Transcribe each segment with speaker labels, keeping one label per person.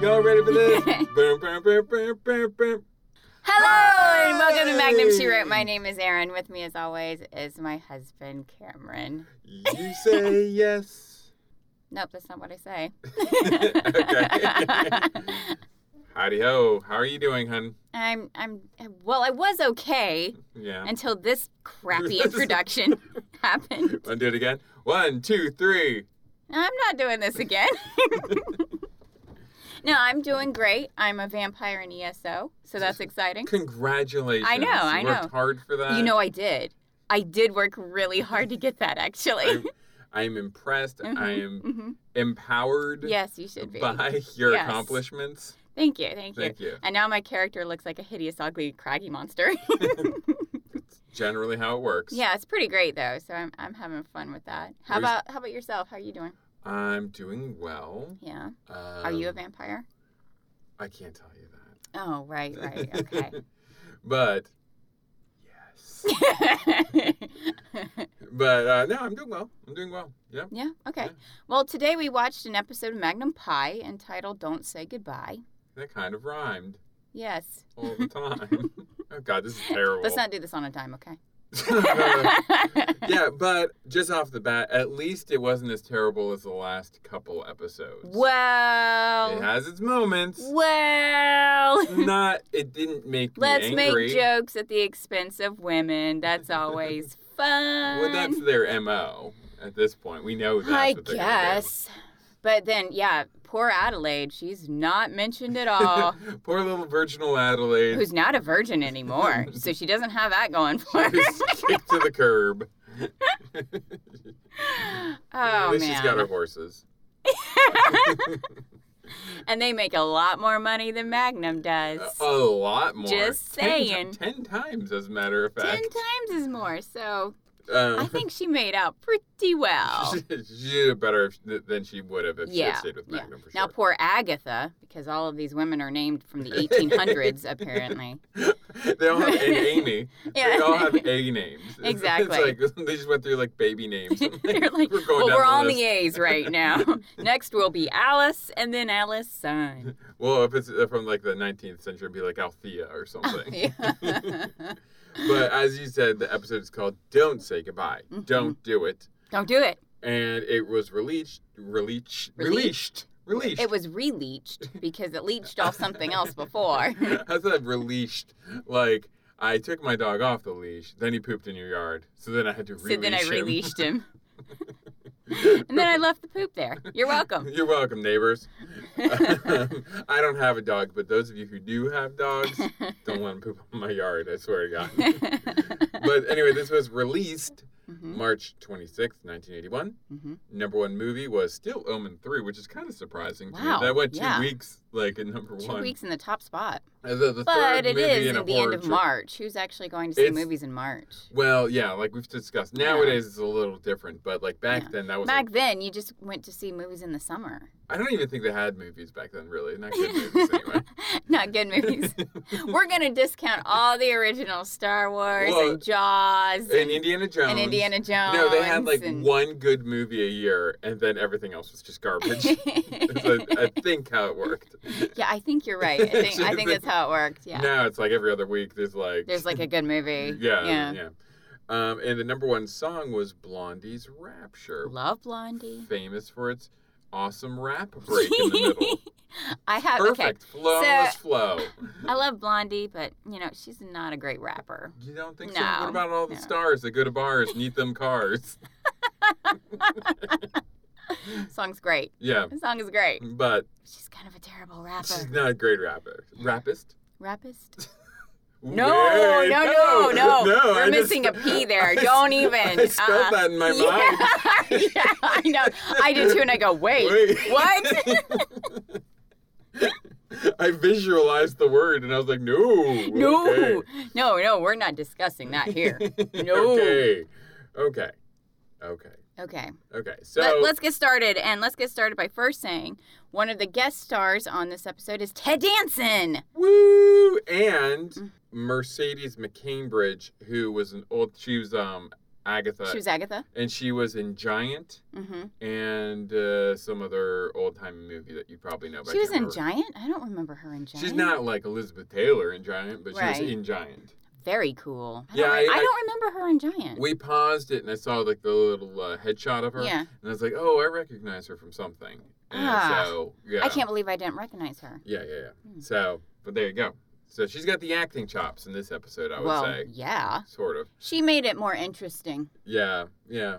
Speaker 1: y'all ready for this? Boom, boom, boom, boom, boom, boom.
Speaker 2: Hello and welcome to Magnum She
Speaker 1: Hey.
Speaker 2: Wrote. My name is Erin. With me, as always, is my husband Cameron.
Speaker 1: You say yes.
Speaker 2: Nope, that's not what I say.
Speaker 1: Okay. Howdy ho. How are you doing, hun?
Speaker 2: I'm I'm well. I was okay
Speaker 1: Yeah.
Speaker 2: until this crappy introduction happened.
Speaker 1: Wanna do it again? One, two, three.
Speaker 2: I'm not doing this again. no, I'm doing great. I'm a vampire in ESO, so that's exciting.
Speaker 1: Congratulations.
Speaker 2: I know,
Speaker 1: You
Speaker 2: I know.
Speaker 1: Worked hard for that.
Speaker 2: You know, I did. I did work really hard to get that, actually.
Speaker 1: I'm, I'm impressed. I am
Speaker 2: hmm
Speaker 1: empowered
Speaker 2: Yes, you should be.
Speaker 1: by your
Speaker 2: Yes.
Speaker 1: accomplishments.
Speaker 2: Thank you, thank you.
Speaker 1: Thank you.
Speaker 2: And now my character looks like a hideous, ugly, craggy monster.
Speaker 1: Generally, how it works.
Speaker 2: yeah, it's pretty great though. So I'm, I'm having fun with that. How
Speaker 1: Where's-
Speaker 2: about how about yourself? How are you doing?
Speaker 1: I'm doing well.
Speaker 2: Yeah.
Speaker 1: Um,
Speaker 2: Are you a vampire?
Speaker 1: I can't tell you that.
Speaker 2: Oh, right, right. Okay.
Speaker 1: but yes. but uh, no, I'm doing well. I'm doing well. Yeah.
Speaker 2: yeah. Okay.
Speaker 1: Yeah.
Speaker 2: Well, today we watched an episode of Magnum Pie entitled "Don't Say Goodbye."
Speaker 1: That kind of rhymed
Speaker 2: Yes.
Speaker 1: all the time. oh God, this is terrible.
Speaker 2: Let's not do this on a dime, okay?
Speaker 1: yeah, but just off the bat, at least it wasn't as terrible as the last couple episodes. It
Speaker 2: well.
Speaker 1: has its moments.
Speaker 2: Well.
Speaker 1: Not. It didn't make me
Speaker 2: Let's
Speaker 1: angry.
Speaker 2: make jokes at the expense of women. That's always fun.
Speaker 1: Well, that's their mo at this point. We know that's
Speaker 2: I
Speaker 1: what they're gonna do.
Speaker 2: guess. But then, yeah, poor Adelaide. She's not mentioned at all.
Speaker 1: Poor little virginal Adelaide.
Speaker 2: who's not a virgin anymore. so she doesn't have that going for her.
Speaker 1: She's kicked to the curb. At
Speaker 2: Oh,
Speaker 1: least
Speaker 2: man.
Speaker 1: she's got her horses.
Speaker 2: And they make a lot more money than Magnum does.
Speaker 1: A, a lot more.
Speaker 2: Just
Speaker 1: Ten ti-
Speaker 2: saying.
Speaker 1: Ten, times, as a matter of
Speaker 2: Ten
Speaker 1: fact.
Speaker 2: times as more. So
Speaker 1: Um,
Speaker 2: I think she made out pretty well.
Speaker 1: she, she did better if- th- than she would have if she had
Speaker 2: Yeah,
Speaker 1: stayed with
Speaker 2: yeah.
Speaker 1: Magnum for
Speaker 2: Now,
Speaker 1: sure.
Speaker 2: poor Agatha, because all of these women are named from the 1800s, apparently.
Speaker 1: they all have an Amy. They all have A names. It's-
Speaker 2: Exactly.
Speaker 1: It's like they just went through like baby names.
Speaker 2: They're like,
Speaker 1: we're going
Speaker 2: well,
Speaker 1: down
Speaker 2: we're
Speaker 1: the
Speaker 2: on
Speaker 1: list.
Speaker 2: the A's right now. Next will be Alice, and then Alice's son.
Speaker 1: Well, if it's uh, from like the 19th century, it'd be like Althea or something.
Speaker 2: Don't
Speaker 1: But as you said, the episode is called "Don't Say Goodbye."
Speaker 2: Mhm.
Speaker 1: Don't do it,
Speaker 2: do it.
Speaker 1: and it was released, released, released,
Speaker 2: Released?
Speaker 1: released.
Speaker 2: It was re-leached because it leached off something else before.
Speaker 1: I said released. Like I took my dog off the leash, then he pooped in your yard, so then I had to releash
Speaker 2: so then I
Speaker 1: him.
Speaker 2: releashed him. and then I left the poop there. You're welcome. Mm-hmm.
Speaker 1: You're welcome, neighbors. I don't have a dog, but those of you who do have dogs, don't let them poop on my yard. I swear to God. but anyway, this was released
Speaker 2: Mhm,
Speaker 1: March 26th, 1981.
Speaker 2: mhm.
Speaker 1: number one movie was still Omen three, which is kind of surprising to
Speaker 2: Wow,
Speaker 1: me. That went two
Speaker 2: yeah.
Speaker 1: weeks like in number
Speaker 2: Two
Speaker 1: one.
Speaker 2: weeks in the top spot.
Speaker 1: As the, the
Speaker 2: But
Speaker 1: third
Speaker 2: it
Speaker 1: movie
Speaker 2: is
Speaker 1: in a
Speaker 2: at the end
Speaker 1: horror
Speaker 2: of
Speaker 1: tri-
Speaker 2: March. Who's actually going to see
Speaker 1: It's-
Speaker 2: movies in March?
Speaker 1: Well, yeah, like we've discussed. Nowadays it's a little different, but like back
Speaker 2: Yeah.
Speaker 1: then that was.
Speaker 2: Back
Speaker 1: like-
Speaker 2: then, you just went to see movies in the summer.
Speaker 1: I don't even think they had movies back then, really. Not good movies anyway.
Speaker 2: Not good movies. We're going to discount all the original Star Wars
Speaker 1: Well,
Speaker 2: and Jaws
Speaker 1: And Indiana Jones.
Speaker 2: and Indiana Jones.
Speaker 1: No, they had like
Speaker 2: and-
Speaker 1: one good movie a year, and then everything else was just garbage. That's, I, I think how it worked.
Speaker 2: Yeah, I think you're right. I think I think that's how it worked. Yeah.
Speaker 1: Now it's like every other week. There's like
Speaker 2: There's like a good movie.
Speaker 1: Yeah, yeah. Um, and the number one song was Blondie's Rapture,
Speaker 2: Love Blondie.
Speaker 1: famous for its awesome rap break in the middle.
Speaker 2: I have
Speaker 1: Perfect, flawless flow.
Speaker 2: okay. I love Blondie, but you know, she's not a great rapper.
Speaker 1: You don't think so?
Speaker 2: No,
Speaker 1: What about all the
Speaker 2: no.
Speaker 1: stars that go to bars and eat them cars?
Speaker 2: Song's great.
Speaker 1: Yeah,
Speaker 2: The song is great.
Speaker 1: but
Speaker 2: She's kind of a terrible
Speaker 1: Mm. she's
Speaker 2: rapper.
Speaker 1: not a great rapper. Rappist?
Speaker 2: Rappist? No,
Speaker 1: Wait,
Speaker 2: no, no, no.
Speaker 1: no,
Speaker 2: We're
Speaker 1: I just-
Speaker 2: missing a P there.
Speaker 1: I s-
Speaker 2: Don't even.
Speaker 1: I spelled
Speaker 2: Uh-uh.
Speaker 1: that in my mind.
Speaker 2: yeah, yeah, I know. I did too, and I go, wait,
Speaker 1: Wait.
Speaker 2: what?
Speaker 1: I visualized the word and I was like, no.
Speaker 2: No,
Speaker 1: okay.
Speaker 2: no, no. We're not discussing that here. No.
Speaker 1: okay. Okay. Okay.
Speaker 2: Okay.
Speaker 1: Okay. So
Speaker 2: Let, let's get started, and let's get started by first saying one of the guest stars on this episode is Ted Danson. Mm.
Speaker 1: woo and Mercedes McCambridge, who was an old she was um Agatha,
Speaker 2: She was Agatha.
Speaker 1: and she was in Giant
Speaker 2: hmm
Speaker 1: and uh, some other old time movie that you probably know. but I
Speaker 2: She was
Speaker 1: can't
Speaker 2: in
Speaker 1: remember.
Speaker 2: Giant. I don't remember her in Giant.
Speaker 1: She's not like Elizabeth Taylor in Giant, but she
Speaker 2: Right.
Speaker 1: was in Giant.
Speaker 2: very cool. I
Speaker 1: Yeah,
Speaker 2: don't, re-
Speaker 1: I-
Speaker 2: I,
Speaker 1: I-
Speaker 2: don't remember her in Giant.
Speaker 1: We paused it and I saw like the little uh, headshot of her,
Speaker 2: yeah.
Speaker 1: and I was like, "Oh, I recognize her from something." And
Speaker 2: Ah.
Speaker 1: so yeah,
Speaker 2: I can't believe I didn't recognize her.
Speaker 1: Yeah, yeah, yeah.
Speaker 2: Hmm.
Speaker 1: So, but there you go. So she's got the acting chops in this episode, I would
Speaker 2: well,
Speaker 1: say,
Speaker 2: yeah.
Speaker 1: sort of.
Speaker 2: She made it more interesting.
Speaker 1: Yeah, yeah.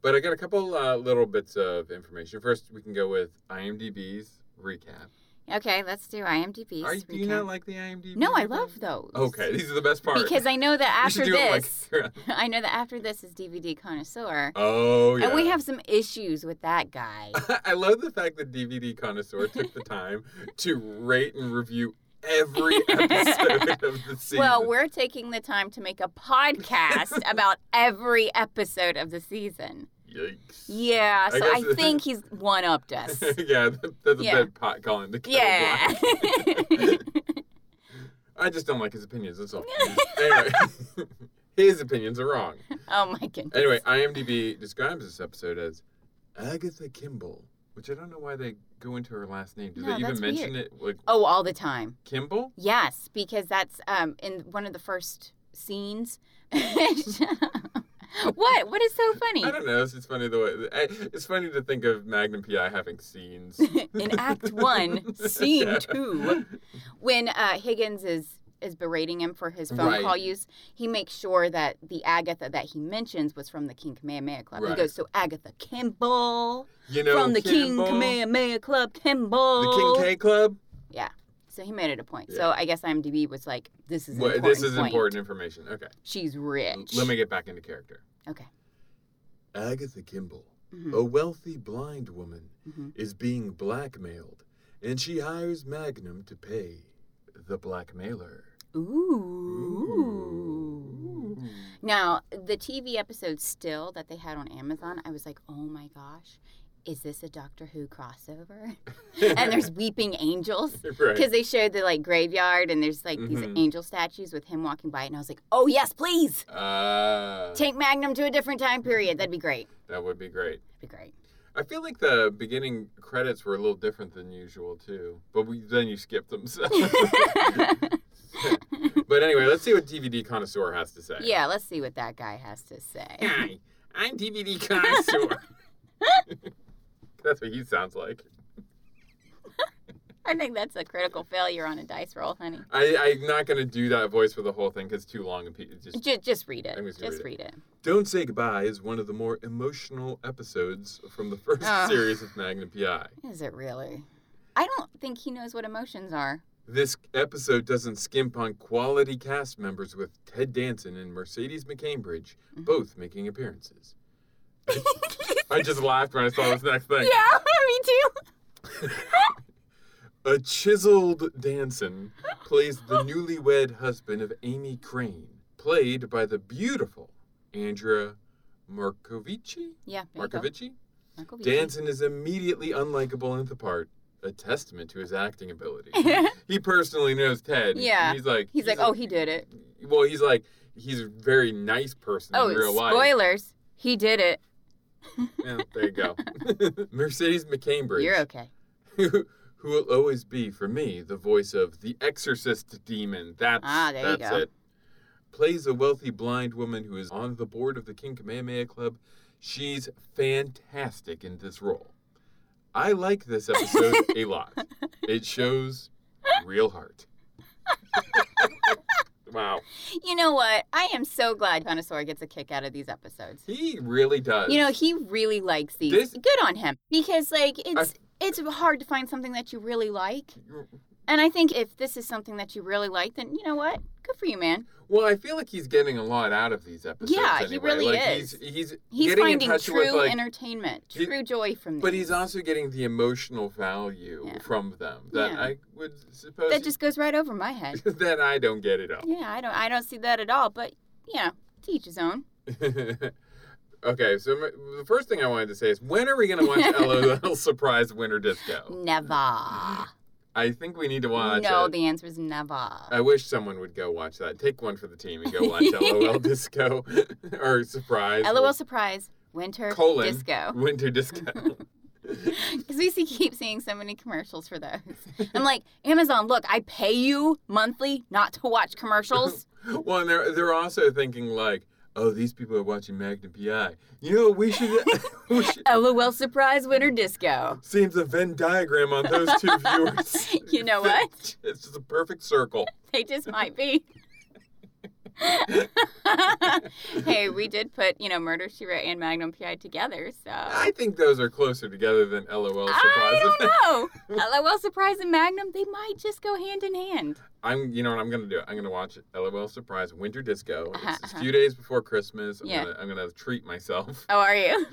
Speaker 1: But I got a couple uh, little bits of information. First, we can go with IMDb's recap.
Speaker 2: Okay, let's do IMDb.
Speaker 1: Are you, do you not like the IMDb?
Speaker 2: no, I
Speaker 1: recap?
Speaker 2: love those.
Speaker 1: Okay, these are the best parts.
Speaker 2: Because I know that
Speaker 1: We
Speaker 2: after
Speaker 1: should do it like-
Speaker 2: this, I know that after this is DVD connoisseur,
Speaker 1: oh yeah.
Speaker 2: and we have some issues with that guy.
Speaker 1: I love the fact that DVD Connoisseur took the time to rate and review every episode of the season.
Speaker 2: Well, we're taking the time to make a podcast about every episode of the season.
Speaker 1: Yikes.
Speaker 2: Yeah,
Speaker 1: I
Speaker 2: so I,
Speaker 1: guess-
Speaker 2: think he's one upped us.
Speaker 1: yeah, that- that's a
Speaker 2: Yeah.
Speaker 1: bad pot calling the kettle
Speaker 2: yeah.
Speaker 1: black. I just don't like his opinions. That's all. anyway, his opinions are wrong.
Speaker 2: oh my goodness.
Speaker 1: Anyway, IMDb describes this episode as Agatha Kimball, which I don't know why they go into her last name. Do
Speaker 2: No,
Speaker 1: they even
Speaker 2: that's
Speaker 1: mention it like
Speaker 2: Oh, all the time.
Speaker 1: Kimball?
Speaker 2: Yes, because that's um in one of the first scenes. Shut up. what? What is so funny?
Speaker 1: I don't know. It's just funny the way I- it's funny to think of Magnum PI having scenes.
Speaker 2: in Act One, Scene
Speaker 1: Yeah.
Speaker 2: Two, when uh, Higgins is is berating him for his phone
Speaker 1: Right.
Speaker 2: call use, he makes sure that the Agatha that he mentions was from the King Kamehameha Club. He
Speaker 1: Right.
Speaker 2: goes, "So Agatha Kimball
Speaker 1: You know,
Speaker 2: from the
Speaker 1: Kimball,
Speaker 2: King Kamehameha Club, Kimball."
Speaker 1: the King K Club.
Speaker 2: so he made it a point. So I guess IMDb was like, "This is an
Speaker 1: Well,
Speaker 2: important
Speaker 1: this is
Speaker 2: point.
Speaker 1: important information. Okay,
Speaker 2: She's rich."
Speaker 1: let me get back into character.
Speaker 2: Okay.
Speaker 1: Agatha Kimball,
Speaker 2: Mhm,
Speaker 1: a wealthy blind woman,
Speaker 2: mhm.
Speaker 1: is being blackmailed, and she hires Magnum to pay the blackmailer.
Speaker 2: Ooh. Now, the TV episode still that they had on Amazon, I was like, oh my gosh, is this a Doctor Who crossover? and there's weeping angels.
Speaker 1: right.
Speaker 2: Because they showed the like graveyard and there's like these
Speaker 1: Mhm.
Speaker 2: angel statues with him walking by it. And I was like, oh yes, please
Speaker 1: Uh,
Speaker 2: take Magnum to a different time period. That'd be great.
Speaker 1: that would be great.
Speaker 2: That'd be great.
Speaker 1: I feel like the beginning credits were a little different than usual too, but we, then you skipped them. So. but anyway, let's see what DVD connoisseur has to say.
Speaker 2: Yeah, let's see what that guy has to say.
Speaker 1: Hi, I'm DVD connoisseur. That's what he sounds like.
Speaker 2: I think that's a critical failure on a dice roll, honey.
Speaker 1: I, I'm not gonna do that voice for the whole thing because too long. And pe- it's just
Speaker 2: Just, just read it.
Speaker 1: I'm just
Speaker 2: Just,
Speaker 1: gonna
Speaker 2: read it.
Speaker 1: Don't Say Goodbye is one of the more emotional episodes from the first
Speaker 2: Ah.
Speaker 1: series of Magnum PI.
Speaker 2: Is it really? I don't think he knows what emotions are.
Speaker 1: This episode doesn't skimp on quality cast members with Ted Danson and Mercedes McCambridge
Speaker 2: Mhm.
Speaker 1: both making appearances. I just laughed when I saw this next thing.
Speaker 2: Yeah, me too.
Speaker 1: A chiseled Danson plays the newlywed husband of Amy Crane, played by the beautiful Andrea Markovici.
Speaker 2: Yeah, there you go.
Speaker 1: Markovici?
Speaker 2: Michael Beasley.
Speaker 1: Danson is immediately unlikable in the part, a testament to his acting ability. he personally knows Ted.
Speaker 2: Yeah.
Speaker 1: and He's like,
Speaker 2: He's like, oh, he did it.
Speaker 1: Well, he's like, he's a very nice person
Speaker 2: Oh,
Speaker 1: in real life.
Speaker 2: spoilers. He did it.
Speaker 1: Yeah, there you go. Mercedes McCambridge,
Speaker 2: You're okay.
Speaker 1: who, who will always be for me the voice of the Exorcist demon. That's
Speaker 2: Ah, there you
Speaker 1: that's
Speaker 2: go.
Speaker 1: it. Plays a wealthy blind woman who is on the board of the King Kamehameha Club. She's fantastic in this role. I like this episode a lot. It shows real heart. wow.
Speaker 2: You know what? I am so glad Connoisseur gets a kick out of these episodes.
Speaker 1: He really does.
Speaker 2: You know, he really likes these.
Speaker 1: This-
Speaker 2: Good on him. Because like it's it's hard to find something that you really like. And I think if this is something that you really like, then you know what? Good for you, man.
Speaker 1: Well, I feel like he's getting a lot out of these episodes.
Speaker 2: Yeah, he
Speaker 1: anyway.
Speaker 2: really
Speaker 1: like,
Speaker 2: is.
Speaker 1: He's, he's
Speaker 2: He's
Speaker 1: getting
Speaker 2: finding
Speaker 1: in touch
Speaker 2: true
Speaker 1: with like,
Speaker 2: entertainment,
Speaker 1: He-
Speaker 2: true joy from these.
Speaker 1: but he's also getting the emotional value
Speaker 2: Yeah.
Speaker 1: from them that
Speaker 2: Yeah.
Speaker 1: I would suppose
Speaker 2: that just goes right over my head.
Speaker 1: that I don't get it all.
Speaker 2: Yeah, I don't I don't see that at all, but you know, to each his own.
Speaker 1: okay, so m- the first thing I wanted to say is when are we going to watch LOL Surprise Winter Disco?
Speaker 2: Never.
Speaker 1: I think we need to watch
Speaker 2: no,
Speaker 1: it.
Speaker 2: the answer is never.
Speaker 1: I wish someone would go watch that. Take one for the team and go watch LOL Disco or Surprise.
Speaker 2: LOL surprise. Winter
Speaker 1: Colon.
Speaker 2: disco.
Speaker 1: Winter Disco.
Speaker 2: Because we see, keep seeing so many commercials for those. I'm like, Amazon, look, I pay you monthly not to watch commercials.
Speaker 1: well, and they're, they're also thinking like, oh, these people are watching Magnum PI. You know, we should. we should
Speaker 2: LOL surprise winter disco.
Speaker 1: seems a Venn diagram on those two viewers.
Speaker 2: You know what?
Speaker 1: It's just a perfect circle.
Speaker 2: They just might be. hey, we did put, you know, Murder She Wrote and Magnum PI together, so
Speaker 1: I think those are closer together than LOL surprise.
Speaker 2: I don't know. LOL Surprise and Magnum, they might just go hand in hand.
Speaker 1: I'm, you know what I'm gonna do? I'm gonna watch LOL Surprise Winter Disco.
Speaker 2: Uh-huh,
Speaker 1: it's a
Speaker 2: uh-huh.
Speaker 1: few days before Christmas. I'm,
Speaker 2: Yeah.
Speaker 1: gonna, I'm gonna treat myself,
Speaker 2: Oh, are you?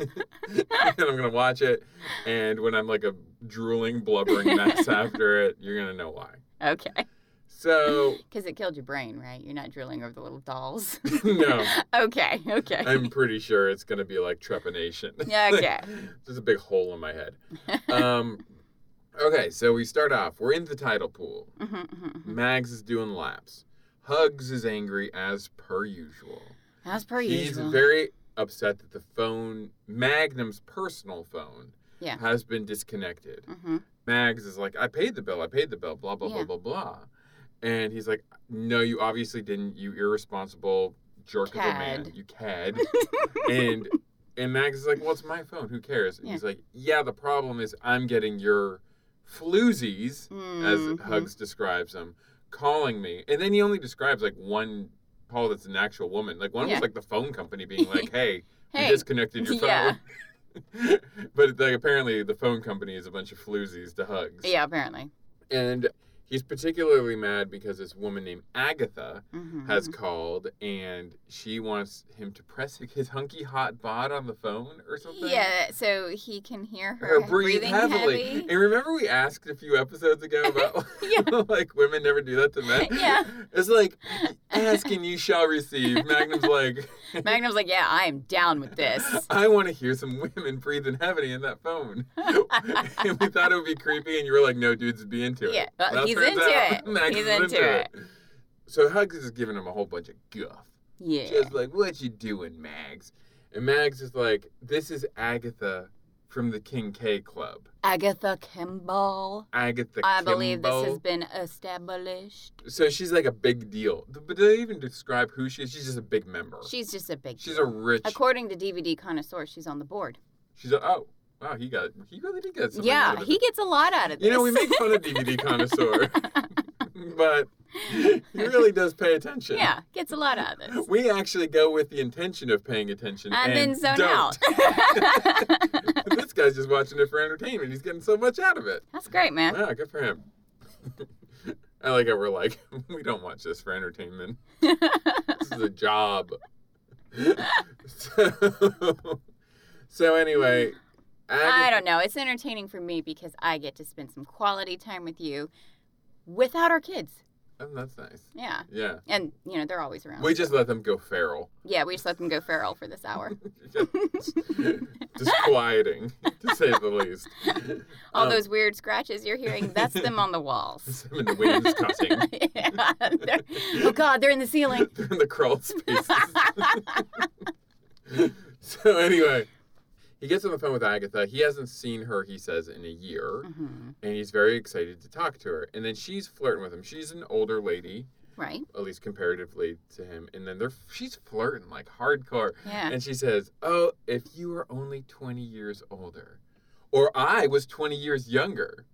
Speaker 1: and I'm gonna watch it. And when I'm like a drooling, blubbering mess after it, you're gonna know why.
Speaker 2: Okay.
Speaker 1: So
Speaker 2: Because it killed your brain, right? You're not drilling over the little dolls.
Speaker 1: no,
Speaker 2: okay, okay.
Speaker 1: I'm pretty sure it's gonna be like trepanation.
Speaker 2: Yeah, okay. Mm-hmm,
Speaker 1: There's a big hole in my head. Um, okay, so we start off. We're in the title pool.
Speaker 2: Mhm, mhm, mhm.
Speaker 1: Mags is doing laps. Hugs is angry as per usual.
Speaker 2: As per
Speaker 1: He's
Speaker 2: usual.
Speaker 1: very upset that the phone, Magnum's personal phone,
Speaker 2: Yeah.
Speaker 1: has been disconnected.
Speaker 2: hmm
Speaker 1: Mags is like, I paid the bill, I paid the bill, blah, blah,
Speaker 2: Yeah.
Speaker 1: blah, blah, blah. And he's like, No, you obviously didn't, you irresponsible jerk of a man.
Speaker 2: Cad.
Speaker 1: You cad. and and Mags is like, Well, it's my phone, who cares? And
Speaker 2: Yeah.
Speaker 1: he's like, Yeah, the problem is I'm getting your floozies as
Speaker 2: Mm-hmm.
Speaker 1: Hugs describes them, calling me. And then he only describes like one call that's an actual woman. Like one
Speaker 2: Yeah.
Speaker 1: was like the phone company being like, "Hey, we
Speaker 2: Hey.
Speaker 1: disconnected your phone."
Speaker 2: Yeah.
Speaker 1: but like apparently the phone company is a bunch of floozies to Hugs.
Speaker 2: Yeah, apparently.
Speaker 1: And he's particularly mad because this woman named Agatha
Speaker 2: Mhm.
Speaker 1: has called and she wants him to press his hunky hot bod on the phone or
Speaker 2: Mm-hmm.
Speaker 1: something.
Speaker 2: Yeah, so he can hear her,
Speaker 1: Or breathe
Speaker 2: breathing
Speaker 1: heavily.
Speaker 2: heavy.
Speaker 1: And remember, we asked a few episodes ago about
Speaker 2: Yeah.
Speaker 1: like women never do that to men.
Speaker 2: Yeah.
Speaker 1: it's like ask and you shall receive. Magnum's like,
Speaker 2: Magnum's like, yeah, I am down with this.
Speaker 1: I want to hear some women breathing heavily in that phone. and we thought it would be creepy, and you were like, no, dudes, be into it.
Speaker 2: Yeah, well, he's
Speaker 1: turns
Speaker 2: into it.
Speaker 1: Magnum's
Speaker 2: He's into
Speaker 1: So Hugs is giving him a whole bunch of guff.
Speaker 2: Yeah.
Speaker 1: Just like, what you doing, Mags? And Mags is like, this is Agatha from the King K Club.
Speaker 2: Agatha Kimball.
Speaker 1: Agatha
Speaker 2: I believe this
Speaker 1: Kimbo.
Speaker 2: has been established.
Speaker 1: So she's like a big deal. Th- But do they even describe who she is? She's just a big member.
Speaker 2: She's just a big.
Speaker 1: she's a
Speaker 2: deal.
Speaker 1: rich.
Speaker 2: According to DVD connoisseur, she's on the board.
Speaker 1: she's a oh wow. He got he really did get something. out
Speaker 2: yeah,
Speaker 1: of it.
Speaker 2: he gets a lot out of this.
Speaker 1: You know we make fun of DVD connoisseur, but he really does pay attention.
Speaker 2: yeah, gets a lot out of this.
Speaker 1: We actually go with the intention of paying attention
Speaker 2: And, then zone
Speaker 1: don't.
Speaker 2: out.
Speaker 1: this guy's just watching it for entertainment. He's getting so much out of it.
Speaker 2: That's great, man.
Speaker 1: Wow, good for him. I like how we're like, we don't watch this for entertainment. this is a job. so, so anyway,
Speaker 2: I don't know. It's entertaining for me because I get to spend some quality time with you without our kids.
Speaker 1: don't. Oh, that's nice.
Speaker 2: Yeah.
Speaker 1: Yeah,
Speaker 2: And, you know, they're always around.
Speaker 1: we just let them go feral.
Speaker 2: yeah, we just let them go feral for this hour.
Speaker 1: Disquieting, to say the least.
Speaker 2: All
Speaker 1: Um,
Speaker 2: those weird scratches you're hearing, that's them on the walls.
Speaker 1: them in the wings cussing,
Speaker 2: Yeah, they're- oh God, they're in the ceiling.
Speaker 1: They're in the crawl spaces. so anyway, he gets on the phone with Agatha. He hasn't seen her, he says, in a year,
Speaker 2: Mhm.
Speaker 1: and he's very excited to talk to her. And then she's flirting with him. She's an older lady,
Speaker 2: Right?
Speaker 1: at least comparatively to him. And then they're she's flirting like hardcore.
Speaker 2: Yeah.
Speaker 1: And she says, "Oh, if you were only 20 years older, or I was 20 years younger,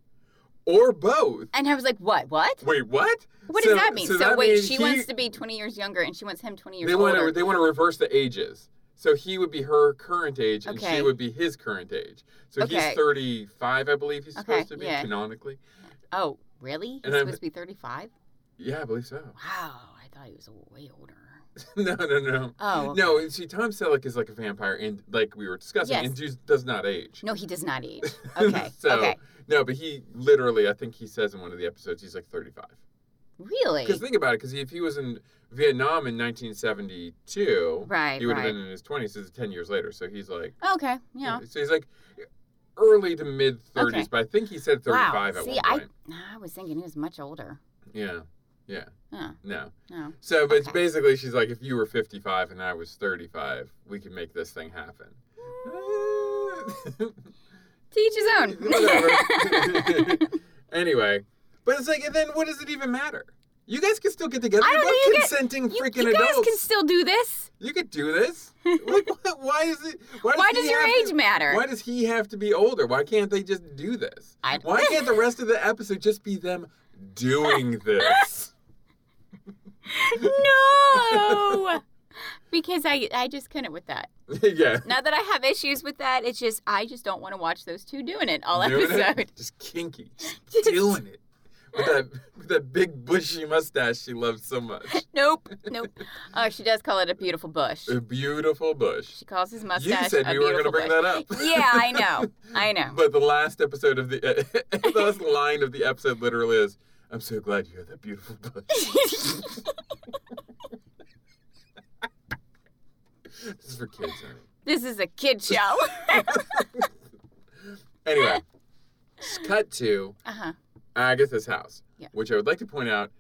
Speaker 1: or both."
Speaker 2: And I was like, what? What?
Speaker 1: Wait, what?
Speaker 2: What does
Speaker 1: So-
Speaker 2: that mean? So,
Speaker 1: so that
Speaker 2: wait,
Speaker 1: means
Speaker 2: she
Speaker 1: he-
Speaker 2: wants to be 20 years younger and she wants him 20 years
Speaker 1: they
Speaker 2: older.
Speaker 1: want to they want to reverse the ages. So he would be her current age, and she
Speaker 2: Okay.
Speaker 1: would be his current age. So
Speaker 2: Okay.
Speaker 1: he's thirty five, I believe he's
Speaker 2: Okay,
Speaker 1: supposed to be
Speaker 2: yeah.
Speaker 1: canonically.
Speaker 2: Oh, really? He's
Speaker 1: And I'm-
Speaker 2: supposed to be 35?
Speaker 1: Yeah, I believe so.
Speaker 2: Wow, I thought he was way older.
Speaker 1: no, no, no,
Speaker 2: Oh, okay.
Speaker 1: no. and See, Tom Selleck is like a vampire, and like we were discussing,
Speaker 2: Yes.
Speaker 1: and just does not age.
Speaker 2: no, he does not age. Okay,
Speaker 1: so
Speaker 2: okay.
Speaker 1: no, but he literally, I think he says in one of the episodes, he's like thirty five.
Speaker 2: Really?
Speaker 1: Because think about it, because if he was in Vietnam in nineteen seventy two,
Speaker 2: Right,
Speaker 1: he would have
Speaker 2: right.
Speaker 1: been in his twenties. It's ten years later, so he's like.
Speaker 2: Okay, yeah.
Speaker 1: So he's like, early to mid 30s,
Speaker 2: Okay.
Speaker 1: but I think he said 35
Speaker 2: wow.
Speaker 1: at
Speaker 2: See,
Speaker 1: one
Speaker 2: I
Speaker 1: point.
Speaker 2: I was thinking he was much older.
Speaker 1: Yeah. Yeah.
Speaker 2: Oh,
Speaker 1: No.
Speaker 2: no.
Speaker 1: So, but it's
Speaker 2: Okay.
Speaker 1: basically, she's like, if you were 55 and I was 35, we could make this thing happen.
Speaker 2: To each his own.
Speaker 1: Whatever. anyway, but it's like, and then what does it even matter? You guys can still get together.
Speaker 2: I
Speaker 1: You're
Speaker 2: don't know, you
Speaker 1: both
Speaker 2: get-
Speaker 1: consenting
Speaker 2: you,
Speaker 1: freaking
Speaker 2: you guys
Speaker 1: adults.
Speaker 2: can still do this.
Speaker 1: You could do this. Like, wh- why is it? Why does,
Speaker 2: Why
Speaker 1: he
Speaker 2: does your
Speaker 1: have to-
Speaker 2: age matter?
Speaker 1: Why does he have to be older? Why can't they just do this?
Speaker 2: I-
Speaker 1: Why can't the rest of the episode just be them doing this?
Speaker 2: no. Because I, I just couldn't with that.
Speaker 1: yeah.
Speaker 2: Not that I have issues with that, it's just I just don't want to watch those two doing it all
Speaker 1: Doing it?
Speaker 2: episode.
Speaker 1: Just kinky. Just
Speaker 2: Just-
Speaker 1: doing it. With that, with that big bushy mustache she loves so much.
Speaker 2: Nope, nope. Oh, she does call it a beautiful bush.
Speaker 1: A beautiful bush.
Speaker 2: She calls his
Speaker 1: You
Speaker 2: mustache
Speaker 1: said
Speaker 2: a
Speaker 1: you weren't
Speaker 2: beautiful
Speaker 1: going to bring
Speaker 2: bush.
Speaker 1: that up.
Speaker 2: Yeah, I know. I know.
Speaker 1: But the last episode of the, the last line of the episode literally is, "I'm so glad you have that beautiful bush." this is for kids. Honey.
Speaker 2: this is a kid show.
Speaker 1: Anyway, s- cut to
Speaker 2: uh-huh.
Speaker 1: Agatha's house,
Speaker 2: Yeah.
Speaker 1: which I would like to point out.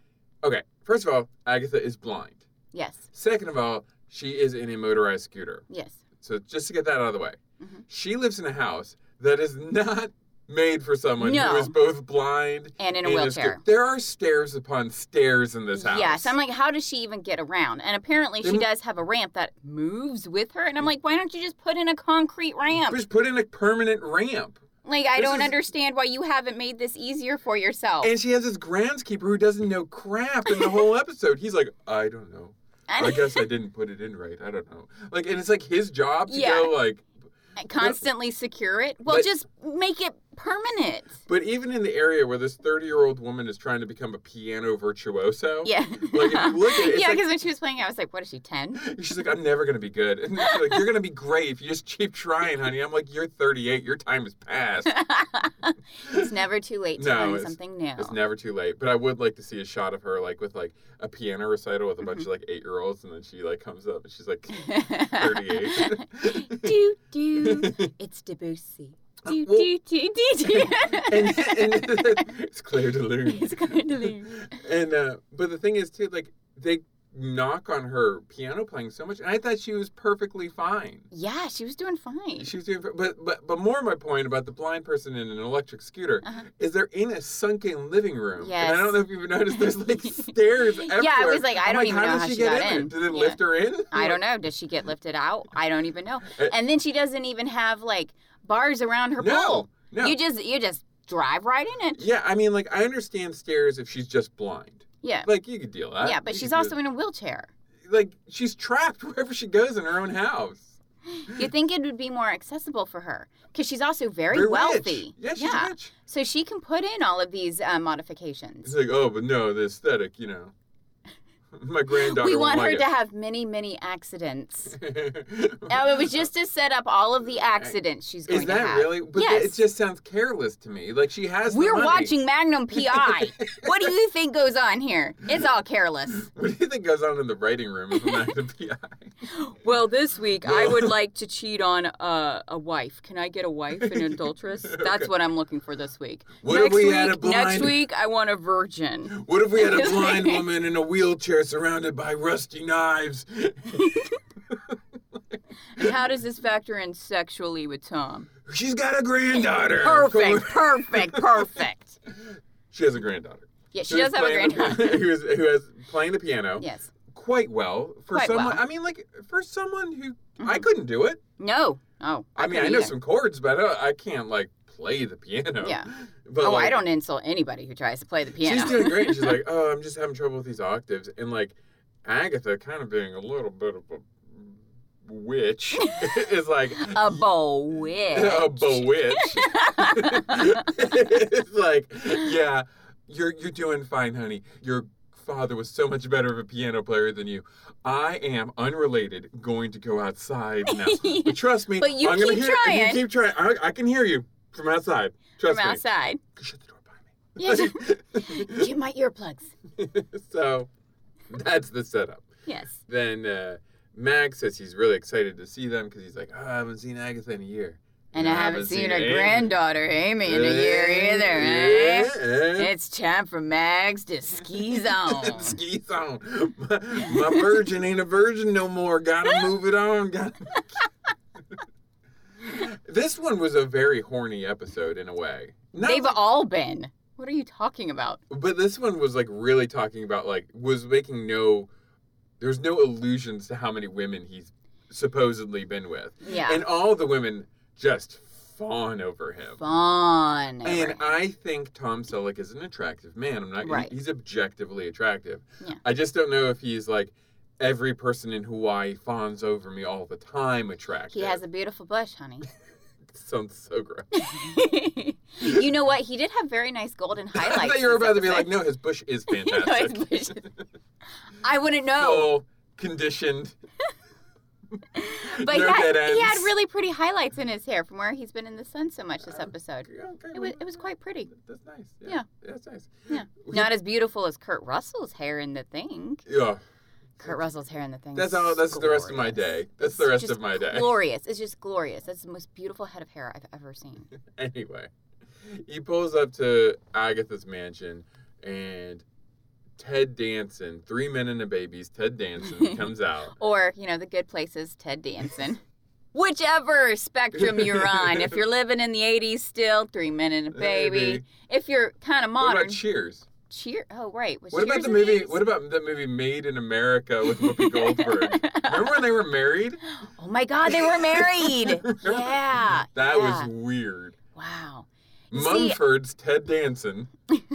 Speaker 1: Okay, first of all, Agatha is blind.
Speaker 2: Yes.
Speaker 1: Second of all, she is in a motorized scooter.
Speaker 2: Yes.
Speaker 1: So just to get that out of the way,
Speaker 2: Mhm.
Speaker 1: she lives in a house that is not made for someone
Speaker 2: No.
Speaker 1: who is both blind
Speaker 2: And in a
Speaker 1: and
Speaker 2: wheelchair.
Speaker 1: scoot- there are stairs upon stairs in this house.
Speaker 2: Yes, I'm like, how does she even get around? And apparently, she
Speaker 1: Didn't-
Speaker 2: does have a ramp that moves with her. And I'm like, why don't you just put in a concrete ramp?
Speaker 1: just put in a permanent ramp.
Speaker 2: Like, I
Speaker 1: this
Speaker 2: don't
Speaker 1: is-
Speaker 2: understand why you haven't made this easier for yourself.
Speaker 1: And she has this groundskeeper who doesn't know crap in the whole episode. He's like, I don't know. I
Speaker 2: And
Speaker 1: guess I didn't put it in right. I don't know. Like, and it's like his job to
Speaker 2: Yeah.
Speaker 1: go like.
Speaker 2: constantly secure it. Well,
Speaker 1: But-
Speaker 2: just make it permanent.
Speaker 1: But even in the area where this thirty-year-old woman is trying to become a piano virtuoso,
Speaker 2: Yeah.
Speaker 1: Like, if you look at it, it's
Speaker 2: yeah,
Speaker 1: like-
Speaker 2: because when she was playing, I was like, what is she, 10?
Speaker 1: she's like, "I'm never gonna be good." And she's like, "You're gonna be great if you just keep trying, honey." I'm like, "You're 38. Your time has passed.
Speaker 2: it's never too late to
Speaker 1: No,
Speaker 2: learn
Speaker 1: it's-
Speaker 2: something new.
Speaker 1: It's never too late." But I would like to see a shot of her like with like a piano recital with a bunch of
Speaker 2: Mm-hmm.
Speaker 1: like eight-year-olds, and then she like comes up and she's like, "38."
Speaker 2: do, do. It's Debussy. Do,
Speaker 1: Uh, Well-
Speaker 2: do, do, do, do.
Speaker 1: and, and it's clear to learn.
Speaker 2: It's clear to learn.
Speaker 1: And uh, but the thing is too, like they knock on her piano playing so much, and I thought she was perfectly fine.
Speaker 2: yeah, she was doing fine.
Speaker 1: She was doing, but but but more my point about the blind person in an electric scooter
Speaker 2: Uh-huh.
Speaker 1: is they're in a sunken living room, and I don't
Speaker 2: Yes.
Speaker 1: know if you've noticed there's like stairs. Everywhere.
Speaker 2: Yeah, I was like, I
Speaker 1: I'm
Speaker 2: don't even
Speaker 1: how
Speaker 2: know
Speaker 1: did
Speaker 2: how
Speaker 1: she
Speaker 2: she
Speaker 1: get
Speaker 2: got
Speaker 1: in.
Speaker 2: in.
Speaker 1: there? Did it
Speaker 2: Yeah.
Speaker 1: lift her in?
Speaker 2: I don't know. Does she get lifted out? I don't even know.
Speaker 1: Uh,
Speaker 2: And then she doesn't even have like bars around her
Speaker 1: No,
Speaker 2: pole.
Speaker 1: no.
Speaker 2: You just you just drive right in it.
Speaker 1: yeah, I mean, like I understand stairs if she's just blind.
Speaker 2: Yeah.
Speaker 1: Like you could deal with that.
Speaker 2: yeah,
Speaker 1: You
Speaker 2: but
Speaker 1: could
Speaker 2: she's
Speaker 1: deal-
Speaker 2: also in a wheelchair.
Speaker 1: like she's trapped wherever she goes in her own house.
Speaker 2: You think it would be more accessible for her because she's also very,
Speaker 1: They're rich.
Speaker 2: wealthy.
Speaker 1: Yeah, she's rich.
Speaker 2: So she can put in all of these uh, modifications.
Speaker 1: It's like, oh, but no, the aesthetic, you know. My granddaughter.
Speaker 2: We
Speaker 1: won't
Speaker 2: want
Speaker 1: like
Speaker 2: her to have many, many accidents.
Speaker 1: it.
Speaker 2: Oh, it was just to set up all of the accidents she's going
Speaker 1: Is
Speaker 2: to
Speaker 1: that
Speaker 2: have.
Speaker 1: really? But
Speaker 2: yes.
Speaker 1: it just sounds careless to me. Like she has. the
Speaker 2: We're
Speaker 1: money.
Speaker 2: watching Magnum PI. what do you think goes on here? It's all careless.
Speaker 1: What do you think goes on in the writing room of the PI?
Speaker 2: Well, this week
Speaker 1: I would
Speaker 2: like to cheat on a, a wife. Can I get a wife, an adulteress? That's what I'm looking for this week.
Speaker 1: What if Next we had a week- next blind-
Speaker 2: week, I want a virgin.
Speaker 1: What if we had a blind woman in a wheelchair surrounded by rusty knives?
Speaker 2: How does this factor in sexually with Tom?
Speaker 1: She's got a granddaughter. of
Speaker 2: Perfect,
Speaker 1: course.
Speaker 2: perfect, perfect.
Speaker 1: She has a granddaughter.
Speaker 2: Yeah, she
Speaker 1: Who's
Speaker 2: does have a
Speaker 1: playing the
Speaker 2: granddaughter.
Speaker 1: pian- who, is, who is playing the piano
Speaker 2: Yes.
Speaker 1: quite well for
Speaker 2: Quite
Speaker 1: someone.
Speaker 2: well.
Speaker 1: I mean, like for someone who I couldn't do it.
Speaker 2: No. Oh.
Speaker 1: I, mean, I
Speaker 2: couldn't
Speaker 1: know
Speaker 2: either.
Speaker 1: some chords, but I, don't- I can't like play the piano.
Speaker 2: Yeah.
Speaker 1: But,
Speaker 2: Oh, I
Speaker 1: like,
Speaker 2: don't insult anybody who tries to play the piano.
Speaker 1: She's doing great. and She's like, oh, I'm just having trouble with these octaves, and like Agatha, kind of being a little bit of a witch, is like
Speaker 2: a bow witch.
Speaker 1: a bewitch. it's like, yeah, you're you're doing fine, honey. Your father was so much better of a piano player than you. I am unrelated, going to go outside now. but trust me,
Speaker 2: But you
Speaker 1: I'm gonna
Speaker 2: keep
Speaker 1: hear, you
Speaker 2: trying.
Speaker 1: keep trying. I, I can hear you from outside.
Speaker 2: From
Speaker 1: Trust me.
Speaker 2: outside.
Speaker 1: Shut the door behind me.
Speaker 2: Yeah, Get my earplugs.
Speaker 1: so that's the setup.
Speaker 2: Yes.
Speaker 1: Then uh, Max says he's really excited to see them because he's like, oh, I haven't seen Agatha in a year.
Speaker 2: And I haven't seen her granddaughter, Amy, in a year either. eh? It's time for Mags to skis on.
Speaker 1: Skis on. My, my virgin ain't a virgin no more. Gotta move it on. Gotta... this one was a very horny episode in a way. Not
Speaker 2: They've all been. What are you talking about?
Speaker 1: But this one was like really talking about like was making no there's no allusions to how many women he's supposedly been with.
Speaker 2: Yeah.
Speaker 1: And all the women just fawn over him.
Speaker 2: Fun.
Speaker 1: And
Speaker 2: Abraham.
Speaker 1: I think Tom Selleck is an attractive man. I'm not
Speaker 2: Right.
Speaker 1: he's objectively attractive.
Speaker 2: Yeah.
Speaker 1: I just don't know if he's like every person in Hawaii fawns over me all the time attractive.
Speaker 2: He has a beautiful bush, honey.
Speaker 1: sounds so gross.
Speaker 2: you know what? He did have very nice golden
Speaker 1: I
Speaker 2: highlights.
Speaker 1: thought you were
Speaker 2: this
Speaker 1: about to be like,
Speaker 2: episode.
Speaker 1: no, his bush is
Speaker 2: You know, his
Speaker 1: fantastic.
Speaker 2: bush- I wouldn't know.
Speaker 1: Full, conditioned.
Speaker 2: but
Speaker 1: no
Speaker 2: he, had,
Speaker 1: dead ends.
Speaker 2: he had really pretty highlights in his hair from where he's been in the sun so much this
Speaker 1: Oh,
Speaker 2: episode.
Speaker 1: Yeah, okay,
Speaker 2: It
Speaker 1: well,
Speaker 2: was, it was quite pretty.
Speaker 1: That's nice.
Speaker 2: Yeah.
Speaker 1: That's nice.
Speaker 2: Yeah.
Speaker 1: We-
Speaker 2: Not as beautiful as Kurt Russell's hair in the thing.
Speaker 1: Yeah.
Speaker 2: Kurt Russell's hair in the thing.
Speaker 1: That's
Speaker 2: is
Speaker 1: all. That's the rest of my
Speaker 2: glorious.
Speaker 1: day. That's the rest
Speaker 2: Just
Speaker 1: of my day.
Speaker 2: Glorious. It's just glorious. That's the most beautiful head of hair I've ever seen.
Speaker 1: anyway, he pulls up to Agatha's mansion, and Ted Danson, three men and a baby's Ted Danson comes out.
Speaker 2: Or, you know, the good places, Ted Danson. Whichever spectrum you're on. If you're living in the 80s still, Three Men and a Baby.
Speaker 1: Maybe.
Speaker 2: If you're kind of
Speaker 1: What
Speaker 2: modern,
Speaker 1: about Cheers?
Speaker 2: Cheer. Oh, right. Was
Speaker 1: What about
Speaker 2: Cheers
Speaker 1: the
Speaker 2: in
Speaker 1: movie?
Speaker 2: 80s?
Speaker 1: What about that movie Made in America with Whoopi Goldberg? Remember when they were married?
Speaker 2: Oh my God, they were married. yeah.
Speaker 1: That
Speaker 2: yeah.
Speaker 1: was weird.
Speaker 2: Wow. You see-
Speaker 1: Mumford's Ted Danson.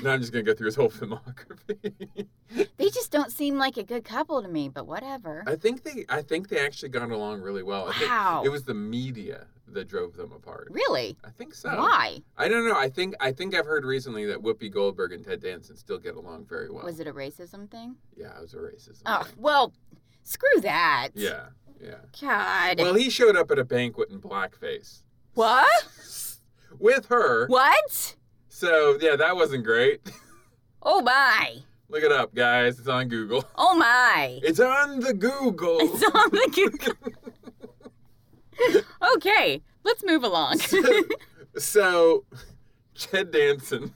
Speaker 1: now I'm just gonna go through his whole filmography.
Speaker 2: They just don't seem like a good couple to me, but whatever.
Speaker 1: I think they I think they actually got along really well. I think
Speaker 2: Wow.
Speaker 1: It was the media that drove them apart.
Speaker 2: Really?
Speaker 1: I think so.
Speaker 2: Why?
Speaker 1: I don't know. I think I think I've heard recently that Whoopi Goldberg and Ted Danson still get along very well.
Speaker 2: Was it a racism thing?
Speaker 1: Yeah, it was a racism.
Speaker 2: Oh,
Speaker 1: thing.
Speaker 2: well, screw that.
Speaker 1: Yeah. Yeah.
Speaker 2: God.
Speaker 1: Well, he showed up at a banquet in blackface.
Speaker 2: what?
Speaker 1: With her.
Speaker 2: What?
Speaker 1: So, yeah, that wasn't great.
Speaker 2: Oh my.
Speaker 1: Look it up, guys. It's on Google.
Speaker 2: Oh my.
Speaker 1: It's on the Google.
Speaker 2: It's on the Google. okay, let's move along.
Speaker 1: So, Ted Danson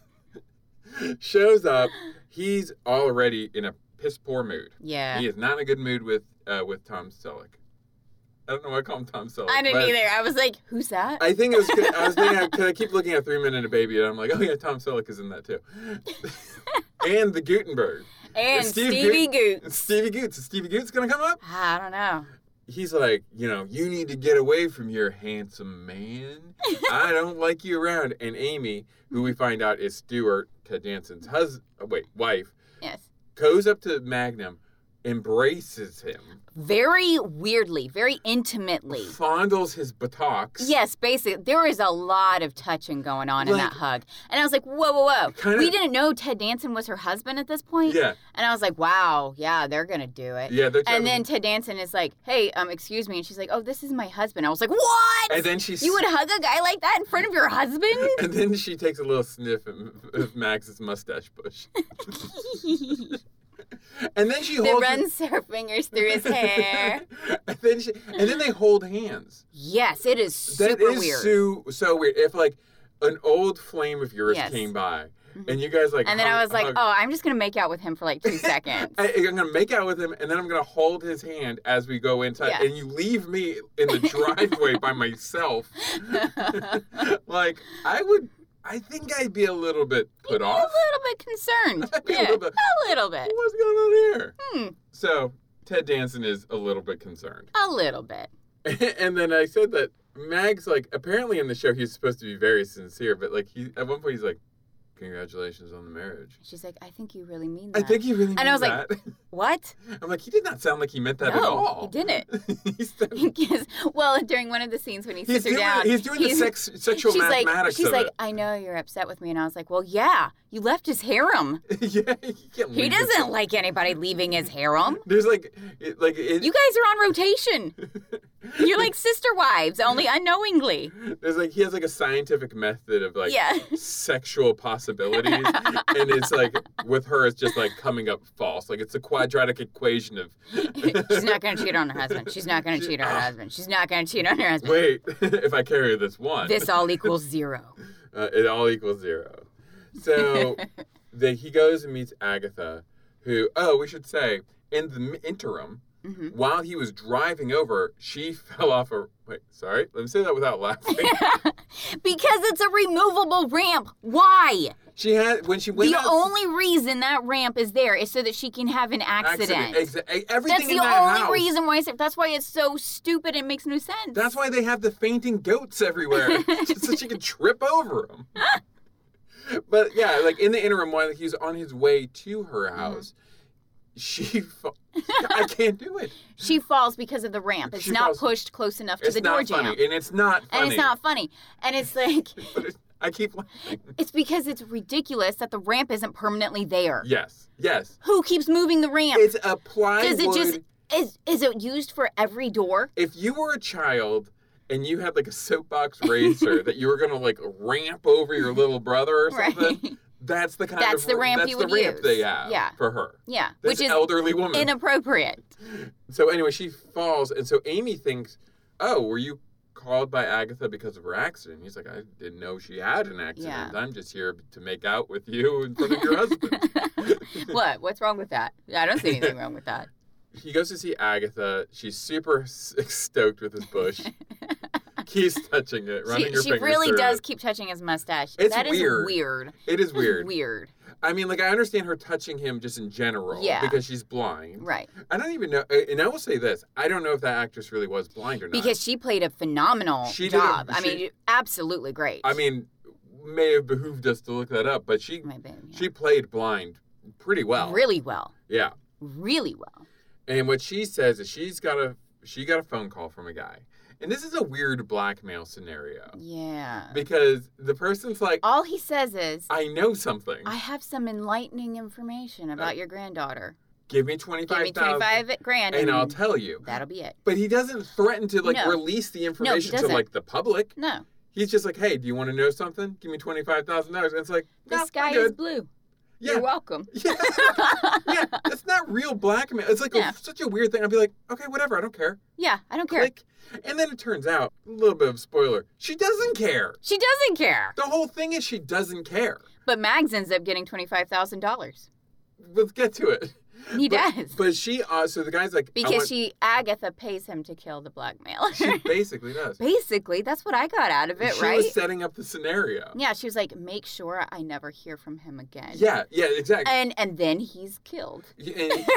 Speaker 1: shows up. He's already in a piss poor mood.
Speaker 2: yeah.
Speaker 1: He is not in a good mood with uh, with Tom Selleck. I don't know why I call him Tom Selleck.
Speaker 2: I didn't
Speaker 1: but
Speaker 2: either. I was like, who's that?
Speaker 1: I think it was. I was thinking because I keep looking at Three Men and a Baby, and I'm like, oh yeah, Tom Selleck is in that too. and the Gutenberg,
Speaker 2: and
Speaker 1: Steve
Speaker 2: Stevie Goot.
Speaker 1: It's Stevie Goots. Is Stevie Goots gonna come up?
Speaker 2: I don't know.
Speaker 1: He's like, you know, you need to get away from here, handsome man. I don't like you around. And Amy, who we find out is Stuart Ted Danson's husband, wait, wife,
Speaker 2: Yes.
Speaker 1: goes up to Magnum, embraces him,
Speaker 2: Very weirdly, very intimately.
Speaker 1: fondles his buttocks.
Speaker 2: Yes, basically, there is a lot of touching going on in
Speaker 1: Like-
Speaker 2: that hug. And I was like, whoa, whoa, whoa.
Speaker 1: Kinda-
Speaker 2: we didn't know Ted Danson was her husband at this point.
Speaker 1: Yeah,
Speaker 2: And I was like, wow, yeah, they're going to do it.
Speaker 1: yeah. They're
Speaker 2: And then Ted Danson is like, hey, um, excuse me. And she's like, oh, this is my husband. I was like, what?
Speaker 1: and then she
Speaker 2: you would hug a guy like that in front of your husband?
Speaker 1: and then she takes a little sniff at of Max's mustache bush, and then she
Speaker 2: that
Speaker 1: holds
Speaker 2: runs her fingers through his hair.
Speaker 1: and then she, and then they hold hands.
Speaker 2: Yes, it is super
Speaker 1: that is
Speaker 2: weird.
Speaker 1: so so weird. If like an old flame of yours
Speaker 2: Yes.
Speaker 1: came by,
Speaker 2: Mhm.
Speaker 1: and you guys like,
Speaker 2: and then I
Speaker 1: hug-
Speaker 2: was like,
Speaker 1: hug-
Speaker 2: oh, I'm just going to make out with him for like two seconds.
Speaker 1: I, I'm gonna make out with him, and then I'm gonna hold his hand as we go inside,
Speaker 2: Yeah.
Speaker 1: and you leave me in the driveway by myself. like I would, I think I'd be a little bit put
Speaker 2: a
Speaker 1: off.
Speaker 2: little bit concerned.
Speaker 1: I'd be
Speaker 2: yeah,
Speaker 1: a little bit.
Speaker 2: a little bit.
Speaker 1: What's going on here?
Speaker 2: Hmm,
Speaker 1: So Ted Danson is a little bit concerned.
Speaker 2: a little bit.
Speaker 1: and then I said that Mag's like apparently in the show he's supposed to be very sincere, but like he at one point he's like, "Congratulations on the marriage."
Speaker 2: She's like, I think you really mean
Speaker 1: I
Speaker 2: that.
Speaker 1: think he really.
Speaker 2: And I
Speaker 1: meant
Speaker 2: was like,
Speaker 1: that.
Speaker 2: what?
Speaker 1: I'm like, he did not sound like he meant that at
Speaker 2: no,
Speaker 1: all.
Speaker 2: he didn't.
Speaker 1: he's, he's,
Speaker 2: Because, well, during one of the scenes when he sits her
Speaker 1: doing,
Speaker 2: down,
Speaker 1: he's doing the sex, sexual
Speaker 2: she's like,
Speaker 1: mathematics
Speaker 2: she's
Speaker 1: of
Speaker 2: like, I know you're upset with me, and I was like, well, yeah, you left his harem.
Speaker 1: it. yeah, he can't.
Speaker 2: He
Speaker 1: leave this
Speaker 2: doesn't
Speaker 1: up.
Speaker 2: like anybody leaving his harem.
Speaker 1: There's like, it, like it,
Speaker 2: You guys are on rotation. You're like sister wives, only unknowingly.
Speaker 1: There's like he has like a scientific method of like
Speaker 2: yeah.
Speaker 1: sexual possibilities, and it's like with her, it's just like coming up false. Like it's a quadratic equation of
Speaker 2: She's not going to cheat on her husband. She's not going to
Speaker 1: She-
Speaker 2: cheat on her
Speaker 1: ah.
Speaker 2: husband. She's not going to cheat on her husband.
Speaker 1: wait, if I carry this one,
Speaker 2: This all equals zero.
Speaker 1: uh, it all equals zero. So then he goes and meets Agatha, who oh we should say in the m- interim
Speaker 2: Mhm.
Speaker 1: while he was driving over, she fell off a wait sorry let me say that without laughing.
Speaker 2: Because it's a removable ramp. Why?
Speaker 1: she had when she went
Speaker 2: the
Speaker 1: out-
Speaker 2: only reason that ramp is there is so that she can have an accident.
Speaker 1: Exa- e-, everything
Speaker 2: That's
Speaker 1: in
Speaker 2: the
Speaker 1: that
Speaker 2: only
Speaker 1: house.
Speaker 2: reason why. It's, that's why it's so stupid. It makes no sense.
Speaker 1: That's why they have the fainting goats everywhere, just so she can trip over them. but yeah, like in the interim, while he's on his way to
Speaker 2: Mm-hmm.
Speaker 1: her house, she, fa- I can't do it.
Speaker 2: she falls because of the ramp. It's
Speaker 1: She
Speaker 2: not
Speaker 1: falls-
Speaker 2: pushed close enough to
Speaker 1: It's
Speaker 2: the door
Speaker 1: not
Speaker 2: jam.
Speaker 1: funny, and it's not funny.
Speaker 2: and it's not funny. And it's like
Speaker 1: But it, I keep laughing.
Speaker 2: it's because it's ridiculous that the ramp isn't permanently there.
Speaker 1: Yes, yes.
Speaker 2: Who keeps moving the ramp?
Speaker 1: It's a plywood.
Speaker 2: Does it just is is it used for every door?
Speaker 1: if you were a child and you had like a soapbox racer that you were gonna like ramp over your little brother or
Speaker 2: Right.
Speaker 1: something, that's the kind
Speaker 2: That's
Speaker 1: of
Speaker 2: the ramp
Speaker 1: that's
Speaker 2: you
Speaker 1: the
Speaker 2: would
Speaker 1: ramp
Speaker 2: use.
Speaker 1: they have
Speaker 2: Yeah.
Speaker 1: for her.
Speaker 2: Yeah,
Speaker 1: This
Speaker 2: which is
Speaker 1: elderly woman.
Speaker 2: inappropriate.
Speaker 1: so anyway, she falls, and so Amy thinks, "Oh, were you called by Agatha because of her accident?" He's like, "I didn't know she had an accident. I'm just here to make out with you in front of your husband."
Speaker 2: what? What's wrong with that? I don't see anything wrong with that.
Speaker 1: He goes to see Agatha. She's super s- stoked with his bush. Keeps touching it, running
Speaker 2: She,
Speaker 1: her
Speaker 2: she
Speaker 1: fingers
Speaker 2: really
Speaker 1: through
Speaker 2: does
Speaker 1: It.
Speaker 2: keep touching his mustache.
Speaker 1: It's
Speaker 2: That is
Speaker 1: weird.
Speaker 2: weird.
Speaker 1: it is
Speaker 2: That is
Speaker 1: weird.
Speaker 2: Weird.
Speaker 1: I mean, like I understand her touching him just in general,
Speaker 2: Yeah.
Speaker 1: because she's blind.
Speaker 2: Right.
Speaker 1: I don't even know, and I will say this: I don't know if that actress really was blind or not.
Speaker 2: Because she played a phenomenal
Speaker 1: She did a-
Speaker 2: job. I
Speaker 1: she-
Speaker 2: mean, absolutely great.
Speaker 1: I mean, may have behooved us to look that up, but she
Speaker 2: My bad, yeah.
Speaker 1: she played blind pretty well.
Speaker 2: really well,
Speaker 1: Yeah.
Speaker 2: really well.
Speaker 1: And what she says is she's got a she got a phone call from a guy, and this is a weird blackmail scenario
Speaker 2: Yeah.
Speaker 1: because the person's like,
Speaker 2: All he says is,
Speaker 1: "I know something.
Speaker 2: "I have some enlightening information about
Speaker 1: Uh,
Speaker 2: your granddaughter.
Speaker 1: Give me twenty
Speaker 2: Give
Speaker 1: five
Speaker 2: me
Speaker 1: thousand,
Speaker 2: twenty-five grand,
Speaker 1: and I'll tell you."
Speaker 2: that'll be it."
Speaker 1: But he doesn't threaten to like
Speaker 2: No.
Speaker 1: release the information to
Speaker 2: doesn't.
Speaker 1: like the public.
Speaker 2: No,
Speaker 1: He's just like, "Hey, do you want to know something? Give me twenty five thousand dollars." And it's like,
Speaker 2: the
Speaker 1: "Nah,
Speaker 2: sky
Speaker 1: good.
Speaker 2: is blue.
Speaker 1: yeah,
Speaker 2: You're welcome.
Speaker 1: Yeah, yeah, that's not real blackmail. It's like a-
Speaker 2: Yeah.
Speaker 1: such a weird thing. I'd be like, okay, whatever, I don't care.
Speaker 2: yeah, I don't care.
Speaker 1: Click. And then it turns out, a little bit of spoiler, she doesn't care.
Speaker 2: She doesn't care.
Speaker 1: The whole thing is she doesn't care.
Speaker 2: But Mags ends up getting twenty-five thousand dollars.
Speaker 1: Let's get to it.
Speaker 2: He
Speaker 1: But-
Speaker 2: does
Speaker 1: But she, uh, so the guy's like, I
Speaker 2: because
Speaker 1: want-
Speaker 2: she Agatha pays him to kill the blackmailer.
Speaker 1: she basically does.
Speaker 2: Basically, that's what I got out of it,
Speaker 1: she
Speaker 2: right?
Speaker 1: was setting up the scenario.
Speaker 2: Yeah, she was like, "Make sure I never hear from him again."
Speaker 1: Yeah, yeah, exactly.
Speaker 2: and and then he's killed.
Speaker 1: And-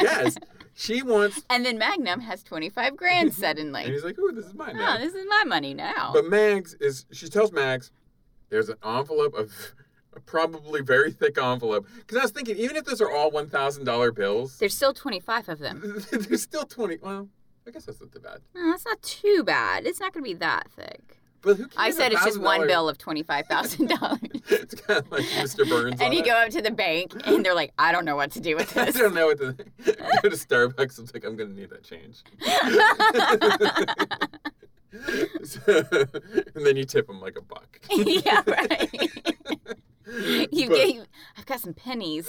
Speaker 1: yes, she wants,
Speaker 2: And then Magnum has 25 grand suddenly.
Speaker 1: and he's like, ooh, this is mine
Speaker 2: oh,
Speaker 1: now.
Speaker 2: this is my money now.
Speaker 1: But Mags is she tells Mags there's an envelope of a probably very thick envelope because I was thinking even if those are all one thousand dollar bills,
Speaker 2: There's still 25 of them.
Speaker 1: there's still twenty. Well, I guess that's not that bad.
Speaker 2: Oh, that's not too bad. It's not going to be that thick.
Speaker 1: But who cares?
Speaker 2: I said
Speaker 1: a
Speaker 2: it's just one
Speaker 1: $1,000
Speaker 2: bill of $25,000.
Speaker 1: it's kind of like Mr. Burns. on
Speaker 2: and you
Speaker 1: it.
Speaker 2: go up to the bank and they're like, I don't know what to do with
Speaker 1: I
Speaker 2: this.
Speaker 1: don't know what to. go to Starbucks. I'm like, I'm gonna need that change. So- and then you tip them like a buck.
Speaker 2: yeah, right. you,
Speaker 1: But-
Speaker 2: gave- I've got some pennies.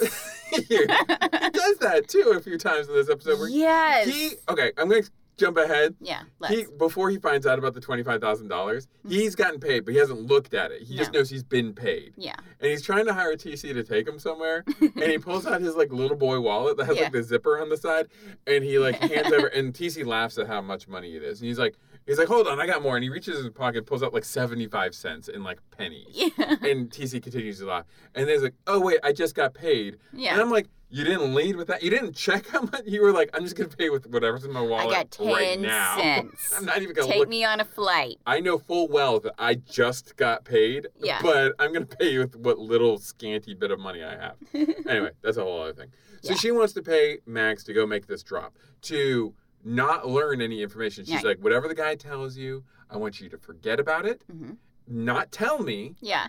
Speaker 1: he does that too a few times in this episode. Where
Speaker 2: yes.
Speaker 1: He okay. I'm gonna jump ahead.
Speaker 2: yeah, let's.
Speaker 1: He before he finds out about the twenty five thousand dollars, he's gotten paid, but he hasn't looked at it. He just
Speaker 2: Mm-hmm. No.
Speaker 1: knows he's been paid,
Speaker 2: yeah.
Speaker 1: and he's trying to hire TC to take him somewhere. and he pulls out his like little boy wallet that has
Speaker 2: Yeah.
Speaker 1: like the zipper on the side, and he like hands over. And TC laughs at how much money it is, and he's like, he's like, hold on, I got more. And he reaches in his pocket, pulls out like seventy five cents in like pennies.
Speaker 2: Yeah.
Speaker 1: And TC continues to laugh, and then he's like, "Oh wait, I just got paid." And
Speaker 2: Yeah.
Speaker 1: I'm like, you didn't lead with that. You didn't check how much. You were like, I'm just gonna pay with whatever's in my
Speaker 2: I
Speaker 1: wallet
Speaker 2: got 10
Speaker 1: right now.
Speaker 2: cents.
Speaker 1: I'm not even gonna
Speaker 2: Take
Speaker 1: look.
Speaker 2: me on a flight.
Speaker 1: I know full well that I just got paid.
Speaker 2: Yeah.
Speaker 1: But I'm gonna pay you with what little scanty bit of money I have.
Speaker 2: Mm-hmm.
Speaker 1: anyway, that's a whole other thing. So
Speaker 2: Yeah.
Speaker 1: she wants to pay Max to go make this drop to not learn any information. She's
Speaker 2: Right.
Speaker 1: like, whatever the guy tells you, I want you to forget about it.
Speaker 2: hmm
Speaker 1: Not tell me
Speaker 2: Yeah.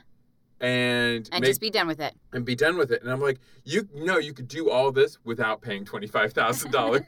Speaker 1: and
Speaker 2: And
Speaker 1: make-
Speaker 2: just be done with it.
Speaker 1: and be done with it. And I'm like, you know, you could do all this without paying twenty five thousand dollars.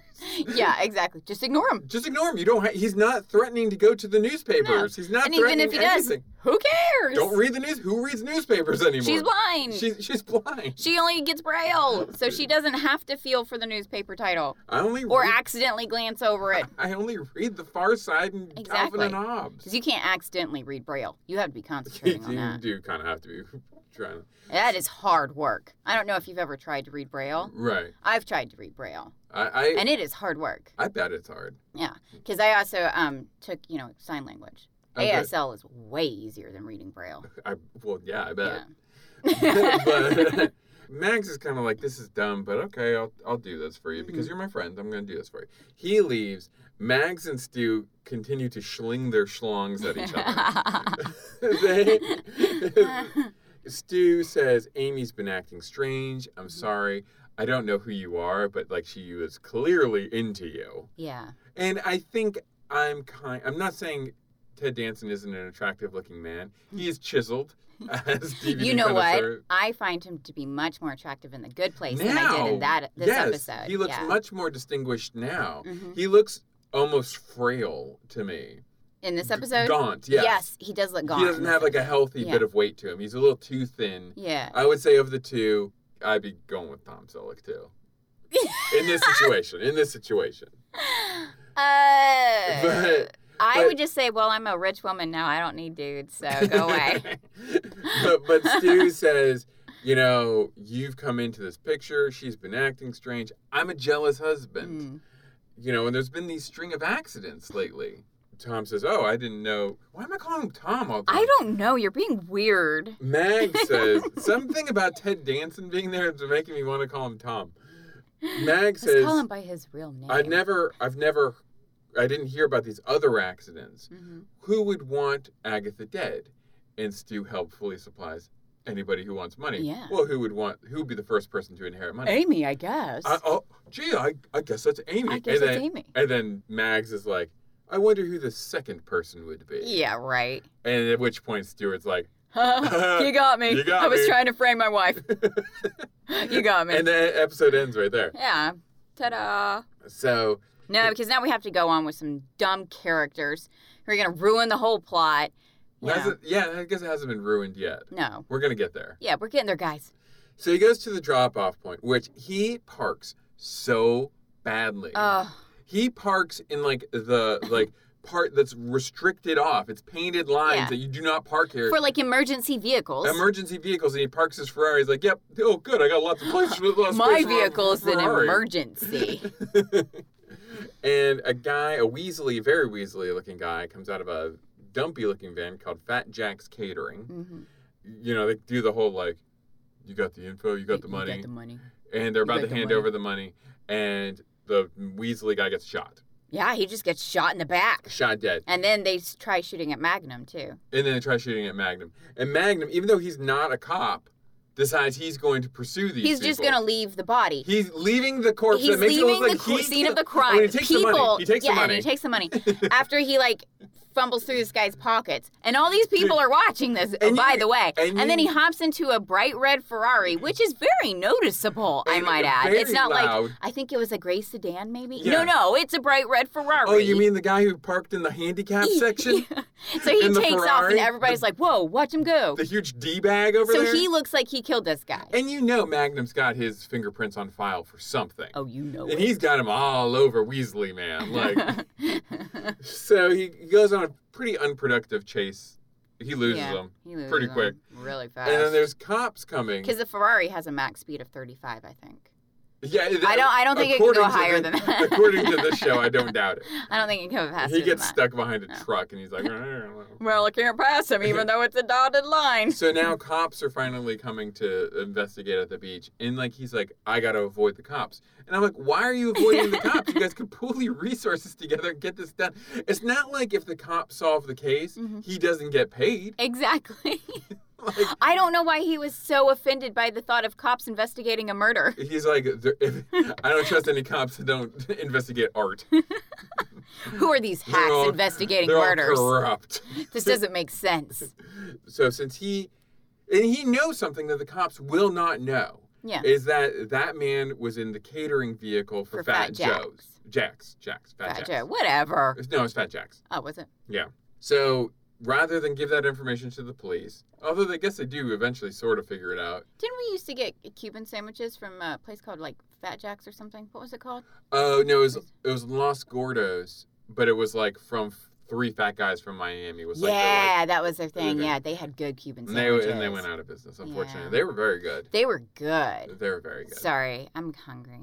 Speaker 2: yeah, exactly. Just ignore him.
Speaker 1: Just ignore him. You don't. Ha- he's not threatening to go to the newspapers. He's not
Speaker 2: and even
Speaker 1: threatening
Speaker 2: if he does,
Speaker 1: anything.
Speaker 2: who cares?
Speaker 1: Don't read the news. Who reads newspapers anymore?
Speaker 2: She's blind.
Speaker 1: She's, she's blind.
Speaker 2: she only gets braille, so she doesn't have to feel for the newspaper title
Speaker 1: I only
Speaker 2: or
Speaker 1: read,
Speaker 2: accidentally glance over it.
Speaker 1: I only read the Far Side and Calvin
Speaker 2: Exactly.
Speaker 1: and Hobbes.
Speaker 2: Because you can't accidentally read braille. You have to be
Speaker 1: You,
Speaker 2: concentrating on
Speaker 1: you
Speaker 2: that.
Speaker 1: do kind of have to be trying.
Speaker 2: That is hard work. I don't know if you've ever tried to read braille.
Speaker 1: Right.
Speaker 2: I've tried to read braille,
Speaker 1: I I,
Speaker 2: and it is hard work.
Speaker 1: I bet it's hard.
Speaker 2: Yeah, because I also um, took you know sign language.
Speaker 1: I bet-
Speaker 2: ASL is way easier than reading braille.
Speaker 1: I, well, yeah, I bet.
Speaker 2: Yeah.
Speaker 1: but Max is kind of like, this is dumb, but okay, I'll, I'll do this for you
Speaker 2: Mm-hmm.
Speaker 1: because you're my friend. I'm going to do this for you. He leaves. Mags and Stu continue to schling their schlongs at each other. they, Stu says, Amy's been acting strange. I'm
Speaker 2: Mm-hmm.
Speaker 1: sorry. I don't know who you are, but like she was clearly into you.
Speaker 2: yeah.
Speaker 1: And I think I'm kind. I'm not saying Ted Danson isn't an attractive looking man. He is chiseled. As DVD
Speaker 2: You know what?
Speaker 1: connoisseur.
Speaker 2: I find him to be much more attractive in the good place than I did in that this
Speaker 1: yes,
Speaker 2: episode.
Speaker 1: He looks
Speaker 2: yeah.
Speaker 1: much more distinguished now.
Speaker 2: Mhm.
Speaker 1: He looks almost frail to me.
Speaker 2: in this episode.
Speaker 1: Gaunt, yes.
Speaker 2: he does look gaunt.
Speaker 1: He
Speaker 2: in
Speaker 1: doesn't
Speaker 2: this
Speaker 1: have like a
Speaker 2: episode.
Speaker 1: healthy
Speaker 2: Yeah.
Speaker 1: bit of weight to him. He's a little too thin.
Speaker 2: Yeah.
Speaker 1: I would say of the two, I'd be going with Tom Selleck too. in this situation. In this situation.
Speaker 2: Uh,
Speaker 1: But
Speaker 2: I
Speaker 1: but-
Speaker 2: would just say, well, I'm a rich woman now. I don't need dudes, so Oh, go away.
Speaker 1: but, but Stu says, you know, you've come into this picture. She's been acting strange. I'm a jealous husband.
Speaker 2: Mm.
Speaker 1: You know, and there's been these string of accidents lately. Tom says, oh, I didn't know. Why am I calling him Tom all the time?
Speaker 2: I don't know. You're being weird.
Speaker 1: Mag says, something about Ted Danson being there is making me want to call him Tom. Mag
Speaker 2: Let's
Speaker 1: says,
Speaker 2: call him by his real name.
Speaker 1: I've never, I've never, I didn't hear about these other accidents.
Speaker 2: Mhm.
Speaker 1: who would want Agatha dead? And Stu helpfully supplies anybody who wants money.
Speaker 2: Yeah.
Speaker 1: Well, who would want? Who would be the first person to inherit money?
Speaker 2: Amy, I guess.
Speaker 1: I, oh, gee, I, I guess that's Amy.
Speaker 2: I guess
Speaker 1: and
Speaker 2: it's
Speaker 1: then,
Speaker 2: Amy.
Speaker 1: And then Mags is like, I wonder who the second person would be.
Speaker 2: Yeah, right.
Speaker 1: And at which point Stuart's like,
Speaker 2: you got me.
Speaker 1: You got
Speaker 2: I was
Speaker 1: me.
Speaker 2: trying to frame my wife. you got me.
Speaker 1: and the e-, episode ends right there.
Speaker 2: yeah. Ta da.
Speaker 1: So
Speaker 2: No, because now we have to go on with some dumb characters who are going to ruin the whole plot. You know.
Speaker 1: hasn't- yeah, I guess it hasn't been ruined yet.
Speaker 2: No.
Speaker 1: We're gonna get there.
Speaker 2: Yeah, we're getting there, guys.
Speaker 1: So he goes to the drop-off point, which he parks so badly.
Speaker 2: Oh,
Speaker 1: he parks in like the like part that's restricted off. It's painted lines
Speaker 2: Yeah.
Speaker 1: that you do not park here.
Speaker 2: for like emergency vehicles.
Speaker 1: Emergency vehicles, and he parks his Ferrari. He's like, "Yep, oh good, I got lots of places with lots of
Speaker 2: My
Speaker 1: space for a
Speaker 2: vehicle is an
Speaker 1: Ferrari."
Speaker 2: emergency.
Speaker 1: and a guy, a Weasley, very Weasley-looking guy, comes out of a dumpy-looking van called Fat Jack's Catering.
Speaker 2: Mhm.
Speaker 1: You know, they do the whole like, "You got the info, you got the
Speaker 2: You
Speaker 1: money,"
Speaker 2: Got the money.
Speaker 1: and they're about
Speaker 2: got
Speaker 1: to
Speaker 2: the
Speaker 1: hand
Speaker 2: money.
Speaker 1: over the money, and the Weasley guy gets shot,
Speaker 2: Yeah, he just gets shot in the back.
Speaker 1: shot dead.
Speaker 2: And then they s- try shooting at Magnum, too.
Speaker 1: and then they try shooting at Magnum. And Magnum, even though he's not a cop, decides he's going to pursue these.
Speaker 2: He's just going
Speaker 1: people.
Speaker 2: to leave the body.
Speaker 1: He's leaving the corpse.
Speaker 2: He's
Speaker 1: that makes
Speaker 2: leaving
Speaker 1: it look
Speaker 2: the
Speaker 1: like
Speaker 2: cr-
Speaker 1: he
Speaker 2: scene of
Speaker 1: killed-
Speaker 2: the crime.
Speaker 1: When he takes
Speaker 2: People,
Speaker 1: the money. He takes
Speaker 2: yeah,
Speaker 1: the money.
Speaker 2: and he takes the money after he like fumbles through this guy's pockets, and all these people are watching this.
Speaker 1: And
Speaker 2: by
Speaker 1: you-
Speaker 2: the way,
Speaker 1: and
Speaker 2: and, then
Speaker 1: you-
Speaker 2: he hops into a bright red Ferrari, which is very noticeable. I
Speaker 1: And
Speaker 2: might add,
Speaker 1: very
Speaker 2: it's not
Speaker 1: loud.
Speaker 2: like I think it was a gray sedan, maybe.
Speaker 1: Yeah.
Speaker 2: No, no, it's a bright red Ferrari.
Speaker 1: oh, you mean the guy who parked in the handicap section?
Speaker 2: so he
Speaker 1: in the
Speaker 2: takes off,
Speaker 1: Ferrari?
Speaker 2: and everybody's like, "Whoa, watch him go!"
Speaker 1: The huge d bag over
Speaker 2: So
Speaker 1: there.
Speaker 2: he looks like he killed this guy.
Speaker 1: And you know Magnum's got his fingerprints on file for something.
Speaker 2: Oh, you know
Speaker 1: And
Speaker 2: it.
Speaker 1: he's got him all over Weasley, man. Like, so he goes on a pretty unproductive chase. He loses
Speaker 2: Yeah,
Speaker 1: him
Speaker 2: he loses
Speaker 1: pretty
Speaker 2: him
Speaker 1: quick.
Speaker 2: really fast.
Speaker 1: And then there's cops coming.
Speaker 2: Because the Ferrari has a max speed of 35, I think.
Speaker 1: Yeah, that-
Speaker 2: I don't- I don't think it can go
Speaker 1: according to
Speaker 2: higher
Speaker 1: the-
Speaker 2: than that.
Speaker 1: According to this show, I don't doubt it.
Speaker 2: I don't think it can go faster
Speaker 1: he gets
Speaker 2: than
Speaker 1: stuck behind a
Speaker 2: No.
Speaker 1: truck and he's like, "Rrrr."
Speaker 2: that. Well, I can't pass him, even though it's a dotted line.
Speaker 1: so now cops are finally coming to investigate at the beach, and like he's like, I gotta avoid the cops, and I'm like, why are you avoiding the cops? You guys could pool your resources together and get this done. It's not like if the cops solve the case,
Speaker 2: Mhm.
Speaker 1: he doesn't get paid.
Speaker 2: Exactly.
Speaker 1: Like
Speaker 2: I don't know why he was so offended by the thought of cops investigating a murder.
Speaker 1: he's like, "There- if, I don't trust any cops that don't investigate art.
Speaker 2: Who are these
Speaker 1: They're
Speaker 2: hacks
Speaker 1: all-
Speaker 2: investigating
Speaker 1: They're
Speaker 2: murders?
Speaker 1: all corrupt.
Speaker 2: This doesn't make sense.
Speaker 1: So since he and he knows something that the cops will not know.
Speaker 2: Yeah.
Speaker 1: is that that man was in the catering vehicle for,
Speaker 2: For
Speaker 1: Fat,
Speaker 2: Fat Jacks.
Speaker 1: Joe's. Jack's, Jack's, Fat,
Speaker 2: Fat Joe.
Speaker 1: Jack's.
Speaker 2: Whatever.
Speaker 1: It's- No, it's Fat Jack's.
Speaker 2: Oh, was it?
Speaker 1: So rather than give that information to the police, although I guess they do eventually sort of figure it out.
Speaker 2: Didn't we used to get Cuban sandwiches from a place called like Fat Jack's or something? What was it called?
Speaker 1: Oh no, it was it was Los Gordos, but it was like from f- three fat guys from Miami. Was like, their,
Speaker 2: yeah, that was their thing.
Speaker 1: thing.
Speaker 2: Yeah, they had good Cuban
Speaker 1: like and they were-
Speaker 2: sandwiches.
Speaker 1: and they went out of business. Unfortunately,
Speaker 2: Yeah.
Speaker 1: they were very good.
Speaker 2: They were good.
Speaker 1: They were very good.
Speaker 2: Sorry, I'm hungry.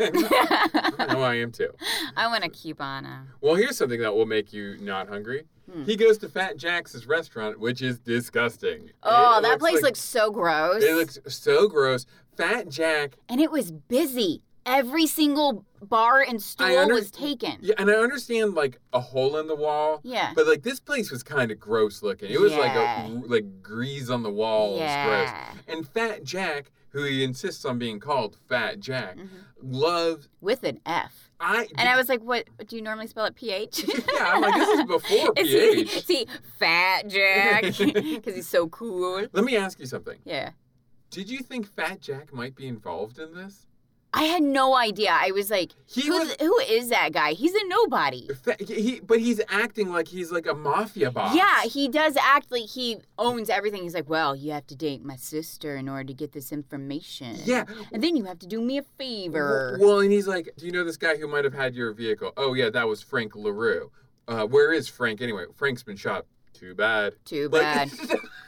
Speaker 1: no, I am too.
Speaker 2: I want a cubana.
Speaker 1: Well, here's something that will make you not hungry.
Speaker 2: Hmm.
Speaker 1: He goes to Fat Jack's restaurant, which is disgusting.
Speaker 2: Oh,
Speaker 1: It
Speaker 2: that place
Speaker 1: like-
Speaker 2: looks so gross.
Speaker 1: It looks so gross. Fat Jack.
Speaker 2: and it was busy. Every single bar and stool
Speaker 1: under-
Speaker 2: was taken.
Speaker 1: Yeah, and I understand like a hole in the wall,
Speaker 2: Yeah.
Speaker 1: but like this place was kind of gross looking. It was like
Speaker 2: Yeah.
Speaker 1: a like grease on the wall. was gross.
Speaker 2: yeah.
Speaker 1: And Fat Jack, who he insists on being called Fat Jack,
Speaker 2: Mhm.
Speaker 1: loves
Speaker 2: With an F.
Speaker 1: I.
Speaker 2: And I was like, what? Do you normally spell it PH?
Speaker 1: yeah, I'm like this is before
Speaker 2: Is he,
Speaker 1: pH.
Speaker 2: is he Fat Jack? Because he's so cool.
Speaker 1: Let me ask you something.
Speaker 2: Yeah.
Speaker 1: Did you think Fat Jack might be involved in this?
Speaker 2: I had no idea. I was like,
Speaker 1: He
Speaker 2: who's,
Speaker 1: was.
Speaker 2: who is that guy? He's a nobody.
Speaker 1: Fa- He, but he's acting like he's like a mafia boss.
Speaker 2: Yeah, he does act like he owns everything. He's like, well, you have to date my sister in order to get this information.
Speaker 1: Yeah.
Speaker 2: And then you have to do me a favor.
Speaker 1: Well, and he's like, "Do you know this guy who might have had your vehicle?" Oh yeah, that was Frank Larue. Uh, where is Frank anyway? Frank's been shot. Too bad.
Speaker 2: Too
Speaker 1: Like-
Speaker 2: bad.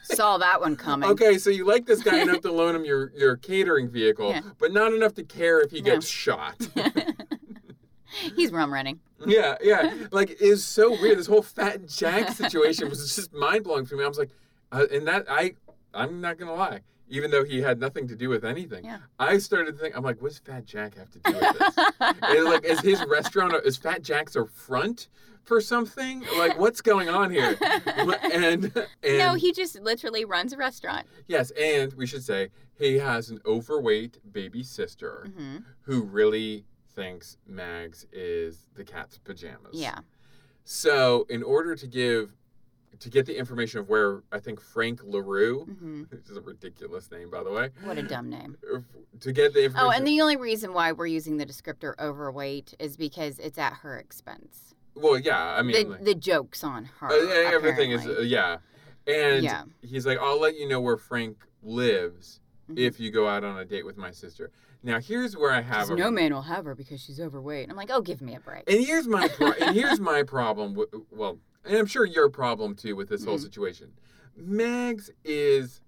Speaker 2: Saw that one coming.
Speaker 1: okay, so you like this guy enough to loan him your your catering vehicle,
Speaker 2: Yeah.
Speaker 1: but not enough to care if he
Speaker 2: No.
Speaker 1: gets shot.
Speaker 2: He's rum running.
Speaker 1: yeah, yeah. Like it's so weird. This whole Fat Jack situation was just mind blowing for me. I was like, uh, and that I I'm not gonna lie. Even though he had nothing to do with anything,
Speaker 2: Yeah.
Speaker 1: I started to think, I'm like, what does Fat Jack have to do with this? It, like, is his restaurant is Fat Jack's a front for something? Like, what's going on here? And, and
Speaker 2: no, he just literally runs a restaurant.
Speaker 1: yes, and we should say he has an overweight baby sister
Speaker 2: hmm
Speaker 1: who really thinks Mags is the cat's pajamas.
Speaker 2: Yeah.
Speaker 1: So, in order to give to get the information of where I think Frank Larue,
Speaker 2: hmm
Speaker 1: which is a ridiculous name by the way,
Speaker 2: What a dumb name.
Speaker 1: to get the information.
Speaker 2: Oh, and the only reason why we're using the descriptor overweight is because it's at her expense.
Speaker 1: well, yeah, I mean,
Speaker 2: The,
Speaker 1: like-
Speaker 2: the joke's on her.
Speaker 1: Uh, yeah, everything is uh,
Speaker 2: apparently.
Speaker 1: yeah and
Speaker 2: Yeah.
Speaker 1: he's like i'll let you know where frank lives
Speaker 2: Mhm.
Speaker 1: if you go out on a date with my sister now here's where i have
Speaker 2: 'Cause
Speaker 1: a
Speaker 2: no man will have her because she's overweight. I'm like, oh, give me a break.
Speaker 1: and here's my pro- and here's my problem with, well and i'm sure your problem too with this whole
Speaker 2: Mhm.
Speaker 1: situation mags is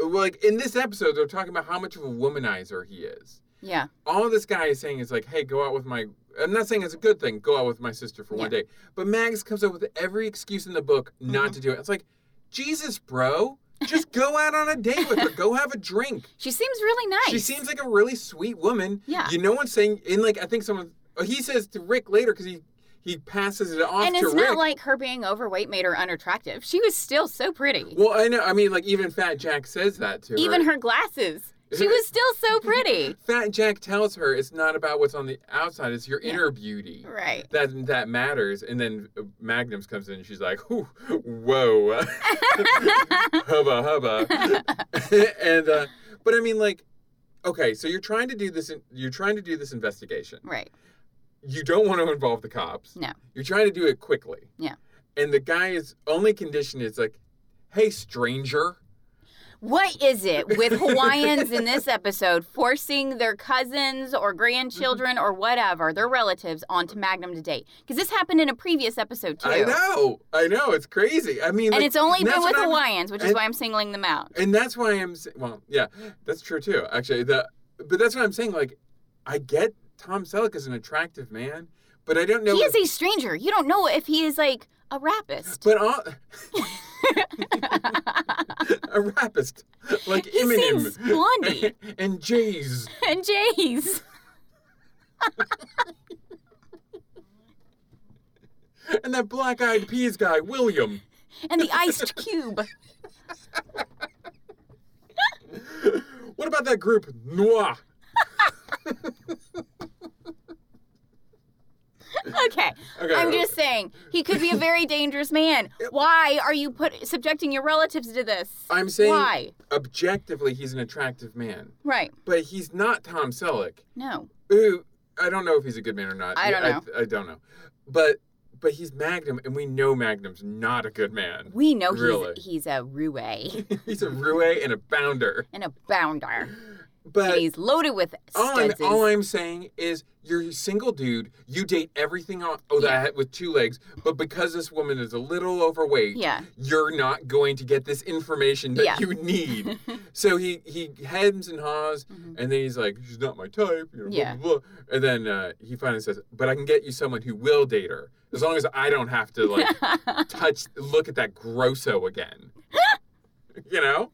Speaker 1: like in this episode they're talking about how much of a womanizer he is
Speaker 2: yeah.
Speaker 1: all this guy is saying is like, hey, go out with my. I'm not saying it's a good thing. Go out with my sister for one day. But Mags comes up with every excuse in the book not to do it. It's like, Jesus, bro, just go out on a date with her. Go have a drink.
Speaker 2: She seems really nice.
Speaker 1: She seems like a really sweet woman.
Speaker 2: Yeah.
Speaker 1: You know what's saying? And like, I think someone. oh, He says to Rick later because he he passes it off
Speaker 2: and
Speaker 1: to
Speaker 2: it's
Speaker 1: Rick.
Speaker 2: not like her being overweight made her unattractive. She was still so pretty.
Speaker 1: well, I know. I mean, like even Fat Jack says that to
Speaker 2: Even her glasses. She was still so pretty.
Speaker 1: Fat Jack tells her it's not about what's on the outside; it's your
Speaker 2: Yeah.
Speaker 1: inner beauty.
Speaker 2: right.
Speaker 1: that that matters. And then uh, Magnums comes in and she's like, "Whew, whoa, hubba hubba. and uh, but I mean, like, okay, so you're trying to do this. In, you're trying to do this investigation.
Speaker 2: Right.
Speaker 1: You don't want to involve the cops.
Speaker 2: No.
Speaker 1: You're trying to do it quickly.
Speaker 2: Yeah.
Speaker 1: And the guy's only condition is like, "Hey, stranger."
Speaker 2: What is it with Hawaiians in this episode forcing their cousins or grandchildren
Speaker 1: Mm-hmm.
Speaker 2: or whatever, their relatives, onto Magnum to date? Because this happened in a previous episode too.
Speaker 1: I know. I know. It's crazy. I mean,
Speaker 2: And
Speaker 1: like,
Speaker 2: it's only
Speaker 1: that's
Speaker 2: been with
Speaker 1: what I'm-
Speaker 2: Hawaiians, which is
Speaker 1: and-
Speaker 2: why I'm singling them out.
Speaker 1: And that's why I'm sa- well, yeah, that's true too. Actually, the but that's what I'm saying. Like, I get Tom Selleck is an attractive man, but I don't know.
Speaker 2: He
Speaker 1: if-
Speaker 2: is a stranger. You don't know if he is like a rapist.
Speaker 1: but all, a rapist like
Speaker 2: He
Speaker 1: Eminem
Speaker 2: sings Blondie
Speaker 1: and Jay's.
Speaker 2: and Jays.
Speaker 1: And that black eyed peas guy, William.
Speaker 2: and the iced cube.
Speaker 1: What about that group, Noir?
Speaker 2: Okay.
Speaker 1: Okay.
Speaker 2: I'm just saying he could be a very dangerous man. Why are you put subjecting your relatives to this?
Speaker 1: I'm saying
Speaker 2: Why?
Speaker 1: objectively he's an attractive man,
Speaker 2: Right.
Speaker 1: but he's not Tom Selleck.
Speaker 2: No.
Speaker 1: Who I don't know if he's a good man or not.
Speaker 2: I don't
Speaker 1: I, don't know. But but he's Magnum, and we know Magnum's not a good man.
Speaker 2: We know
Speaker 1: Really?
Speaker 2: he's he's a roue and
Speaker 1: he's a roue and a bounder.
Speaker 2: a bounder.
Speaker 1: But
Speaker 2: and he's loaded with
Speaker 1: all I'm,
Speaker 2: studs.
Speaker 1: all I'm saying is you're a single dude. You date everything on oh
Speaker 2: Yeah.
Speaker 1: that with two legs, but because this woman is a little overweight,
Speaker 2: yeah.
Speaker 1: you're not going to get this information that
Speaker 2: Yeah.
Speaker 1: you need. so he he hems and haws,
Speaker 2: Mhm.
Speaker 1: and then he's like, "She's not my type," you know,
Speaker 2: Yeah.
Speaker 1: blah, blah, blah. And then uh, he finally says, "But I can get you someone who will date her, as long as I don't have to like touch, look at that grosso again." you know,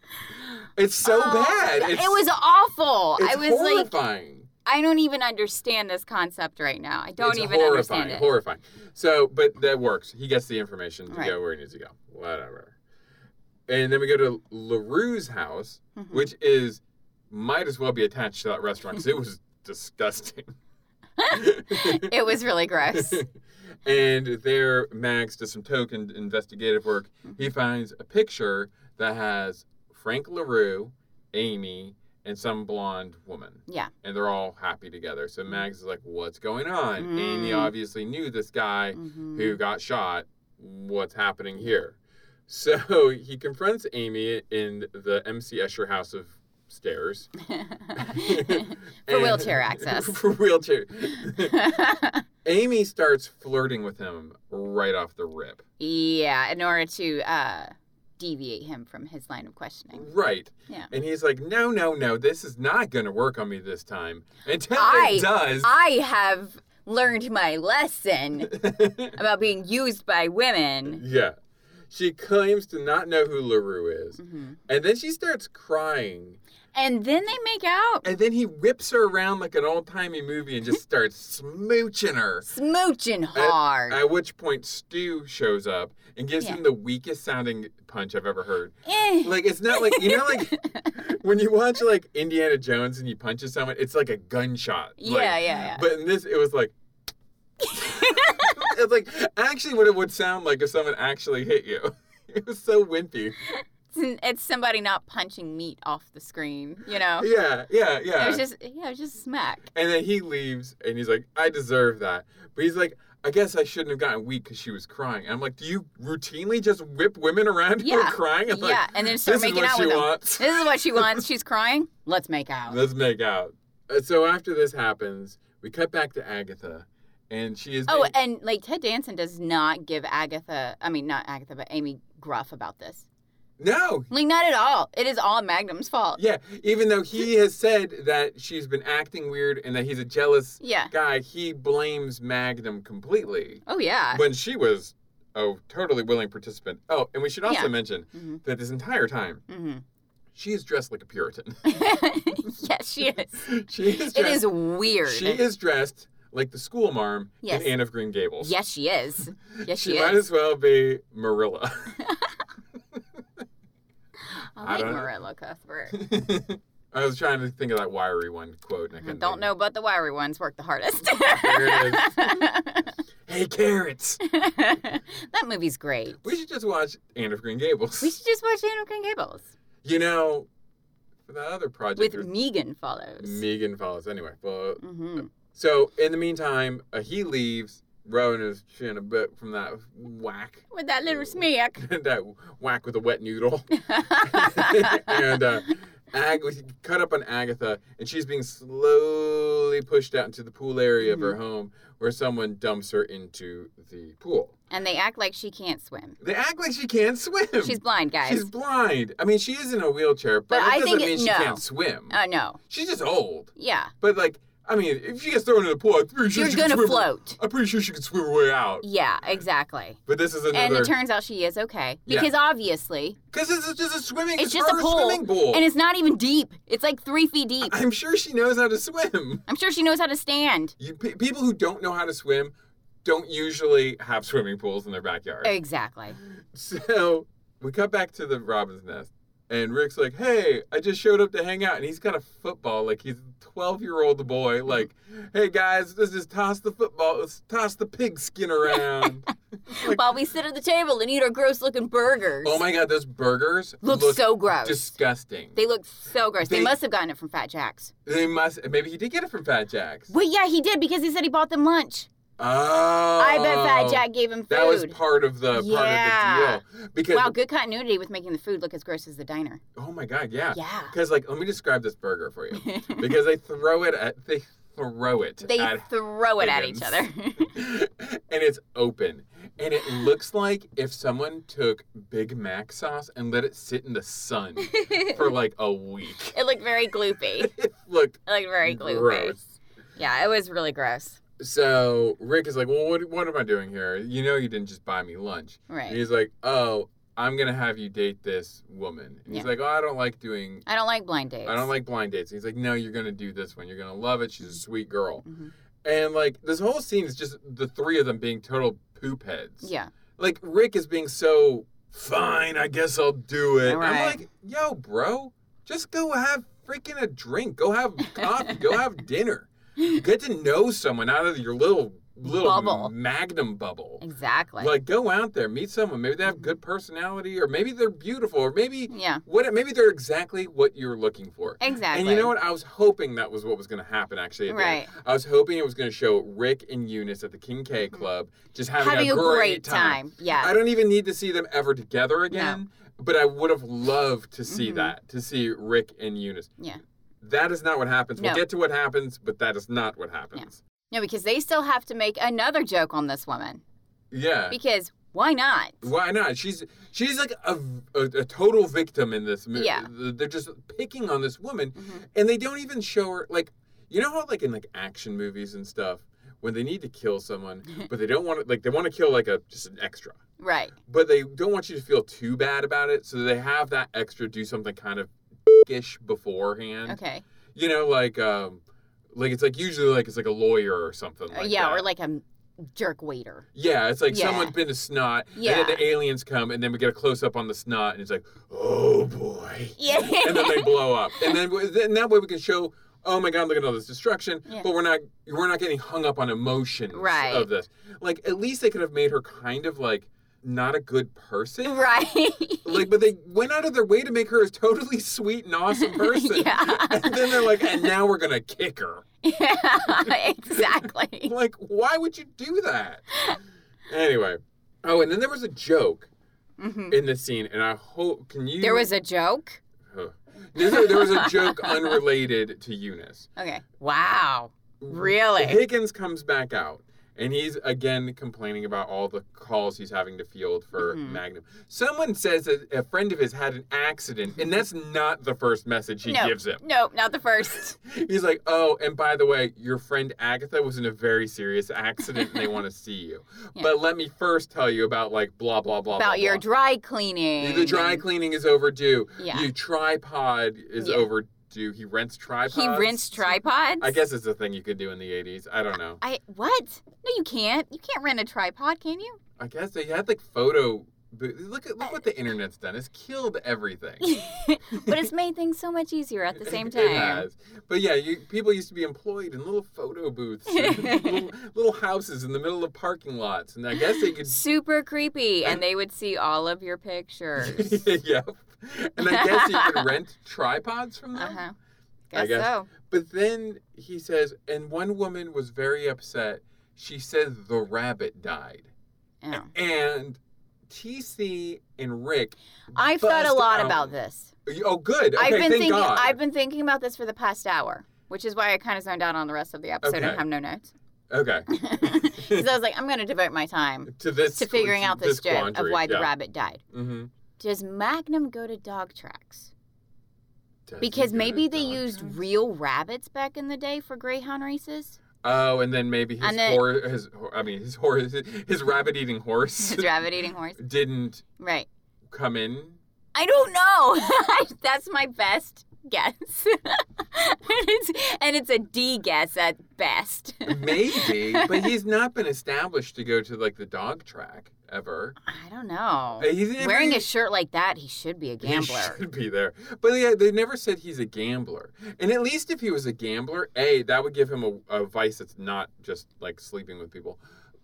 Speaker 1: it's so
Speaker 2: Oh,
Speaker 1: bad. It's,
Speaker 2: it was awful.
Speaker 1: it's
Speaker 2: I was like,
Speaker 1: horrifying.
Speaker 2: I don't even understand this concept right now. I don't
Speaker 1: It's
Speaker 2: even
Speaker 1: horrifying,
Speaker 2: understand it.
Speaker 1: Horrifying. So, but that works. He gets the information to
Speaker 2: Right.
Speaker 1: go where he needs to go. Whatever. And then we go to LaRue's house,
Speaker 2: Mhm.
Speaker 1: which is might as well be attached to that restaurant because it was disgusting.
Speaker 2: it was really gross.
Speaker 1: and there, Max does some token investigative work.
Speaker 2: Mm-hmm.
Speaker 1: He finds a picture that has Frank LaRue, Amy, and some blonde woman
Speaker 2: yeah.
Speaker 1: and they're all happy together. So Max is like, "What's going on?" Amy
Speaker 2: Mm.
Speaker 1: obviously knew this guy
Speaker 2: Mhm.
Speaker 1: who got shot. What's happening here? So he confronts Amy in the MC Escher house of stairs
Speaker 2: Mm-hmm. For wheelchair access.
Speaker 1: for wheelchair. Amy starts flirting with him right off the rip.
Speaker 2: yeah, in order to uh, deviate him from his line of questioning.
Speaker 1: Right.
Speaker 2: Yeah.
Speaker 1: And he's like, "No, no, no. This is not going to work on me this time." Until
Speaker 2: I-
Speaker 1: it does.
Speaker 2: I have learned my lesson about being used by women.
Speaker 1: Yeah. She claims to not know who LaRue is.
Speaker 2: Mhm.
Speaker 1: And then she starts crying.
Speaker 2: And then they make out,
Speaker 1: And then he whips her around like an old timey movie and just starts smooching her.
Speaker 2: smooching hard.
Speaker 1: At which point, Stu shows up and gives
Speaker 2: Yeah.
Speaker 1: him the weakest sounding punch I've ever heard.
Speaker 2: Eh.
Speaker 1: Like, it's not like, you know, like when you watch like Indiana Jones and he punches someone, it's like a gunshot.
Speaker 2: yeah,
Speaker 1: Like,
Speaker 2: yeah, yeah.
Speaker 1: But in this, it was like, it's like actually what it would sound like if someone actually hit you. It was so wimpy.
Speaker 2: It's, it's somebody not punching meat off the screen, you know?
Speaker 1: Yeah, yeah,
Speaker 2: It
Speaker 1: yeah.
Speaker 2: was just, yeah, it was just a smack.
Speaker 1: and then he leaves and he's like, I deserve that. But he's like, I guess I shouldn't have gotten weak because she was crying. And I'm like, do you routinely just whip women around who
Speaker 2: Yeah,
Speaker 1: are crying? I'm like,
Speaker 2: yeah, and then start
Speaker 1: this is
Speaker 2: making
Speaker 1: what
Speaker 2: out
Speaker 1: she
Speaker 2: with them.
Speaker 1: wants.
Speaker 2: This is what she wants. She's crying. Let's make out.
Speaker 1: Let's make out. Uh, So after this happens, we cut back to Agatha and she is.
Speaker 2: Oh,
Speaker 1: being-
Speaker 2: and like Ted Danson does not give Agatha, I mean, not Agatha, but Amy gruff about this.
Speaker 1: no.
Speaker 2: Like, not at all. It is all Magnum's fault.
Speaker 1: Yeah, even though he has said that she's been acting weird and that he's a jealous
Speaker 2: Yeah.
Speaker 1: guy, he blames Magnum completely
Speaker 2: Oh, yeah.
Speaker 1: when she was a totally willing participant. Oh, and we should also
Speaker 2: Yeah.
Speaker 1: mention
Speaker 2: hmm
Speaker 1: that this entire time
Speaker 2: hmm
Speaker 1: she is dressed like a Puritan.
Speaker 2: yes, she is.
Speaker 1: she is
Speaker 2: It
Speaker 1: dressed.
Speaker 2: is weird.
Speaker 1: She is dressed like the school marm
Speaker 2: Yes.
Speaker 1: in Anne of Green Gables.
Speaker 2: Yes, she is. Yes, she,
Speaker 1: she might
Speaker 2: is.
Speaker 1: as well be Marilla. I
Speaker 2: I like
Speaker 1: don't-
Speaker 2: Marilla Cuthbert.
Speaker 1: I was trying to think of that wiry one quote. And I couldn't
Speaker 2: Don't
Speaker 1: think
Speaker 2: know, but the wiry ones work the hardest.
Speaker 1: of it. Hey, carrots.
Speaker 2: that movie's great.
Speaker 1: we should just watch Anne of Green Gables.
Speaker 2: We should just watch Anne of Green Gables
Speaker 1: You know, for that other project,
Speaker 2: with
Speaker 1: there's-
Speaker 2: Megan follows.
Speaker 1: Megan follows. Anyway, well,
Speaker 2: hmm
Speaker 1: so in the meantime, uh, he leaves. Rowan is chin a bit from that whack.
Speaker 2: With that little smack.
Speaker 1: that whack with a wet noodle. and uh, Ag- we cut up on Agatha, and she's being slowly pushed out into the pool area of her
Speaker 2: Mm-hmm.
Speaker 1: home, where someone dumps her into the pool.
Speaker 2: and they act like she can't swim.
Speaker 1: They act like she can't swim.
Speaker 2: She's blind, guys.
Speaker 1: She's blind. I mean, she is in a wheelchair, but,
Speaker 2: But
Speaker 1: it
Speaker 2: I
Speaker 1: doesn't
Speaker 2: think it-
Speaker 1: mean she
Speaker 2: no.
Speaker 1: can't swim.
Speaker 2: uh, no.
Speaker 1: she's just old.
Speaker 2: Yeah.
Speaker 1: But like, I mean, if she gets thrown in the pool, I'm pretty sure
Speaker 2: You're
Speaker 1: she can
Speaker 2: going to
Speaker 1: swim her-
Speaker 2: float.
Speaker 1: I'm pretty sure she can swim her way out.
Speaker 2: Yeah, exactly.
Speaker 1: But this is
Speaker 2: And
Speaker 1: another
Speaker 2: it turns out she is okay.
Speaker 1: Yeah.
Speaker 2: Because obviously,
Speaker 1: because this is just a swimming.
Speaker 2: it's just a
Speaker 1: her
Speaker 2: pool.
Speaker 1: swimming pool.
Speaker 2: And it's not even deep. It's like three feet deep.
Speaker 1: I'm sure she knows how to swim.
Speaker 2: I'm sure she knows how to stand.
Speaker 1: You, pe people who don't know how to swim don't usually have swimming pools in their backyard.
Speaker 2: Exactly.
Speaker 1: So we cut back to the robin's nest, And Rick's like, hey, I just showed up to hang out. And he's got a football. Like, he's a 12 year old boy. Like, hey, guys, let's just toss the football. Let's toss the pig skin around. Like-
Speaker 2: While we sit at the table and eat our gross looking burgers.
Speaker 1: oh my God, those burgers
Speaker 2: Looks so gross.
Speaker 1: disgusting.
Speaker 2: They look so gross. They,
Speaker 1: They-
Speaker 2: must have gotten it from Fat Jack's.
Speaker 1: They must. Maybe he did get it from Fat Jack's.
Speaker 2: Wait, yeah, he did because he said he bought them lunch.
Speaker 1: Oh,
Speaker 2: I bet Fat Jack gave him food.
Speaker 1: That was part of the
Speaker 2: Yeah.
Speaker 1: part of the deal because
Speaker 2: wow, good continuity with making the food look as gross as the diner.
Speaker 1: oh my god, yeah,
Speaker 2: Yeah.
Speaker 1: Because like, let me describe this burger for you because they throw it at they throw it
Speaker 2: They
Speaker 1: at
Speaker 2: throw it at each
Speaker 1: Higgins.
Speaker 2: other.
Speaker 1: and it's open. And it looks like if someone took Big Mac sauce and let it sit in the sun for like a week.
Speaker 2: it looked very gloopy. It
Speaker 1: It looked
Speaker 2: looked very gloopy.
Speaker 1: gross.
Speaker 2: Yeah, it was really gross.
Speaker 1: So Rick is like, Well, what, what am I doing here? You know, you didn't just buy me lunch.
Speaker 2: Right.
Speaker 1: And he's like, Oh, I'm going to have you date this woman. And he's
Speaker 2: Yeah.
Speaker 1: like, Oh, I don't like doing,
Speaker 2: I don't like blind dates.
Speaker 1: I don't like blind dates. And he's like, No, you're going to do this one. You're going to love it. She's a sweet girl.
Speaker 2: Mhm.
Speaker 1: And like, this whole scene is just the three of them being total poop heads.
Speaker 2: Yeah.
Speaker 1: like Rick is being so fine. I guess I'll do it. I'm
Speaker 2: Right.
Speaker 1: like, yo, bro, just go have freaking a drink. Go have coffee. go have dinner. Get to know someone out of your little little
Speaker 2: Bubble.
Speaker 1: magnum bubble.
Speaker 2: Exactly. Mm-hmm.
Speaker 1: Like, go out there, meet someone. Maybe they have good personality, or maybe they're beautiful, or maybe
Speaker 2: yeah.
Speaker 1: what? Maybe they're exactly what you're looking for.
Speaker 2: Exactly.
Speaker 1: And you know what? I was hoping that was what was going to happen. Actually, at the end.
Speaker 2: Right.
Speaker 1: I was hoping it was going to show Rick and Eunice at the King K Club just having,
Speaker 2: Mm-hmm. Having
Speaker 1: a, great, time.
Speaker 2: time. Yeah.
Speaker 1: I don't even need to see them ever together again. But I would have loved to see
Speaker 2: Mhm.
Speaker 1: that, to see Rick and Eunice.
Speaker 2: Yeah.
Speaker 1: That is not what happens. We'll
Speaker 2: No.
Speaker 1: get to what happens, but that is not what happens.
Speaker 2: No, because they still have to make another joke on this woman.
Speaker 1: Yeah.
Speaker 2: Because why not?
Speaker 1: Why not? She's she's like a, a, a total victim in this movie.
Speaker 2: Yeah.
Speaker 1: They're just picking on this woman,
Speaker 2: Mhm.
Speaker 1: and they don't even show her like you know how like in like action movies and stuff when they need to kill someone, but they don't want to like they want to kill like a just an extra.
Speaker 2: Right.
Speaker 1: but they don't want you to feel too bad about it, so they have that extra do something kind of ish beforehand.
Speaker 2: Okay.
Speaker 1: You know, like um, like it's like usually like it's like a lawyer or something.
Speaker 2: Uh,
Speaker 1: Like
Speaker 2: yeah,
Speaker 1: that.
Speaker 2: or like a m- jerk waiter.
Speaker 1: yeah, it's like
Speaker 2: Yeah.
Speaker 1: someone's been a snot,
Speaker 2: Yeah.
Speaker 1: and then the aliens come, and then we get a close up on the snot, and it's like, oh boy,
Speaker 2: Yeah.
Speaker 1: and then they blow up, and then then that way we can show. Oh my God! Look at all this destruction,
Speaker 2: Yeah.
Speaker 1: but we're not we're not getting hung up on emotions
Speaker 2: Right.
Speaker 1: of this. Like at least they could have made her kind of like not a good person,
Speaker 2: Right.
Speaker 1: Like, but they went out of their way to make her a totally sweet and awesome person.
Speaker 2: Yeah.
Speaker 1: And then they're like, and now we're gonna kick her.
Speaker 2: yeah, exactly.
Speaker 1: Like, why would you do that? Anyway. Oh, and then there was a joke
Speaker 2: hmm
Speaker 1: in this scene, and I hope can you
Speaker 2: There was a joke.
Speaker 1: Huh. There's a- there was a joke unrelated to Eunice.
Speaker 2: Okay. Wow. Really?
Speaker 1: Higgins comes back out. And he's again complaining about all the calls he's having to field for
Speaker 2: Mhm.
Speaker 1: Magnum. Someone says that a friend of his had an accident, and that's not the first message he
Speaker 2: No.
Speaker 1: gives him.
Speaker 2: Nope, not the first.
Speaker 1: He's like, oh, and by the way, your friend Agatha was in a very serious accident and they want to see you.
Speaker 2: Yeah.
Speaker 1: But let me first tell you about like blah blah blah.
Speaker 2: About
Speaker 1: blah,
Speaker 2: your
Speaker 1: blah.
Speaker 2: dry cleaning.
Speaker 1: the dry
Speaker 2: and-
Speaker 1: cleaning is overdue.
Speaker 2: Yeah.
Speaker 1: Your tripod is
Speaker 2: Yeah.
Speaker 1: overdue. He rents tripods.
Speaker 2: He rinsed tripods?
Speaker 1: I guess it's a thing you could do in the '80s. I don't know.
Speaker 2: I what? No, you can't. You can't rent a tripod, can you?
Speaker 1: I guess they had like photo. boo- Look at look what the internet's done. It's killed everything.
Speaker 2: but it's made things so much easier at the same
Speaker 1: It
Speaker 2: time.
Speaker 1: has. But yeah, you, people used to be employed in little photo booths, and little, little houses in the middle of parking lots, and I guess they could.
Speaker 2: Super creepy, and they would see all of your pictures.
Speaker 1: yep. And I guess you could rent tripods from
Speaker 2: uh
Speaker 1: them.
Speaker 2: huh. Guess,
Speaker 1: I guess-
Speaker 2: so.
Speaker 1: But then he says, and one woman was very upset. She said the rabbit died, Eh,
Speaker 2: Oh.
Speaker 1: and TC and Rick.
Speaker 2: I've thought a
Speaker 1: bust
Speaker 2: lot
Speaker 1: out-
Speaker 2: about this.
Speaker 1: Oh, good. Okay,
Speaker 2: I've been
Speaker 1: thank
Speaker 2: thinking.
Speaker 1: God.
Speaker 2: I've been thinking about this for the past hour, which is why I kind of zoned out on the rest of the episode
Speaker 1: Okay.
Speaker 2: and have no notes.
Speaker 1: Okay.
Speaker 2: Because I was like, I'm going to devote my time
Speaker 1: To this.
Speaker 2: to figuring out this, joke of why the rabbit died.
Speaker 1: Mm-hmm.
Speaker 2: Does Magnum go to dog tracks? Because maybe they used real rabbits back in the day for greyhound races.
Speaker 1: Oh, and then maybe his
Speaker 2: And then-
Speaker 1: horse, his hor- I mean his horse, his rabbit-eating horse
Speaker 2: His rabbit-eating horse.
Speaker 1: didn't
Speaker 2: Right.
Speaker 1: come in.
Speaker 2: I don't know. That's my best guess. and, it's, and it's a D guess at best.
Speaker 1: Maybe, but he's not been established to go to like the dog track ever.
Speaker 2: I don't know.
Speaker 1: Uh, he's-
Speaker 2: Wearing a
Speaker 1: he's-
Speaker 2: shirt like that, he should be a
Speaker 1: He
Speaker 2: gambler.
Speaker 1: should be there. But yeah, they never said he's a gambler. And at least if he was a gambler, A, that would give him a, a vice that's not just like sleeping with people.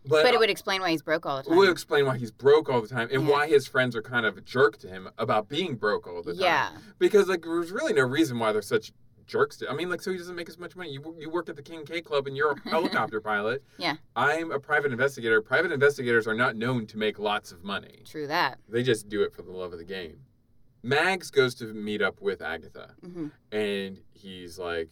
Speaker 1: But,
Speaker 2: But it would explain why he's broke all the
Speaker 1: would
Speaker 2: time.
Speaker 1: explain why he's broke all the time and
Speaker 2: Yeah.
Speaker 1: why his friends are kind of a jerk to him about being broke all the time.
Speaker 2: Yeah.
Speaker 1: Because like there's really no reason why they're such jerks to I mean like so he doesn't make as much money. You you work at the King K Club and you're a helicopter pilot.
Speaker 2: Yeah.
Speaker 1: I'm a private investigator. Private investigators are not known to make lots of money.
Speaker 2: True that.
Speaker 1: They just do it for the love of the game. Mags goes to meet up with Agatha,
Speaker 2: hmm
Speaker 1: and he's like,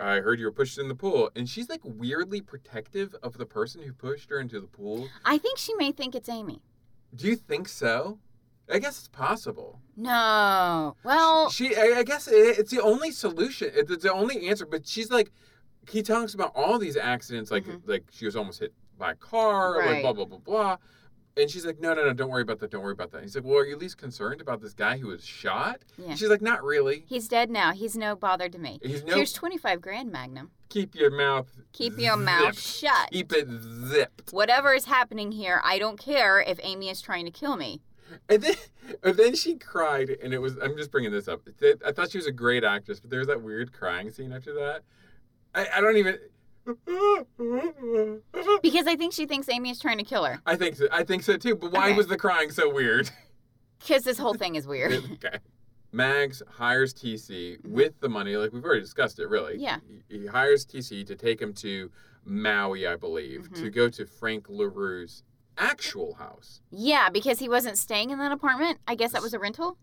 Speaker 1: I heard you were pushed in the pool. And she's like weirdly protective of the person who pushed her into the pool.
Speaker 2: I think she may think it's Amy.
Speaker 1: Do you think so? I guess it's possible.
Speaker 2: No. Well,
Speaker 1: she, I I guess it- it's the only solution. it- It's the only answer. But she's like, he talks about all these accidents, like
Speaker 2: Mhm.
Speaker 1: like she was almost hit by a car, like
Speaker 2: Right.
Speaker 1: blah blah blah blah. And she's like, no no no, don't worry about that, don't worry about that. He's like, well, are you at least concerned about this guy who was shot?
Speaker 2: yeah.
Speaker 1: She's like, not really.
Speaker 2: He's dead now. He's no bother to me.
Speaker 1: He's no.
Speaker 2: Here's 25 grand, Magnum.
Speaker 1: keep your mouth.
Speaker 2: Keep your mouth
Speaker 1: zipped.
Speaker 2: shut.
Speaker 1: Keep it zipped.
Speaker 2: Whatever is happening here, I don't care if Amy is trying to kill me.
Speaker 1: And then, and then she cried, and it was. I'm just bringing this up. Th- I thought she was a great actress, but there was that weird crying scene after that. I, I don't even.
Speaker 2: Because I think she thinks Amy is trying to kill her.
Speaker 1: I think so. I think so too. But why
Speaker 2: Okay.
Speaker 1: was the crying so weird?
Speaker 2: Because this whole thing is weird.
Speaker 1: okay. Mags hires TC with the money, like we've already discussed it, really.
Speaker 2: Mm-hmm. Yeah.
Speaker 1: He, he hires TC to take him to Maui, I believe,
Speaker 2: Mm-hmm.
Speaker 1: to go to Frank LaRue's actual house.
Speaker 2: Yeah, because he wasn't staying in that apartment. I guess that was a rental.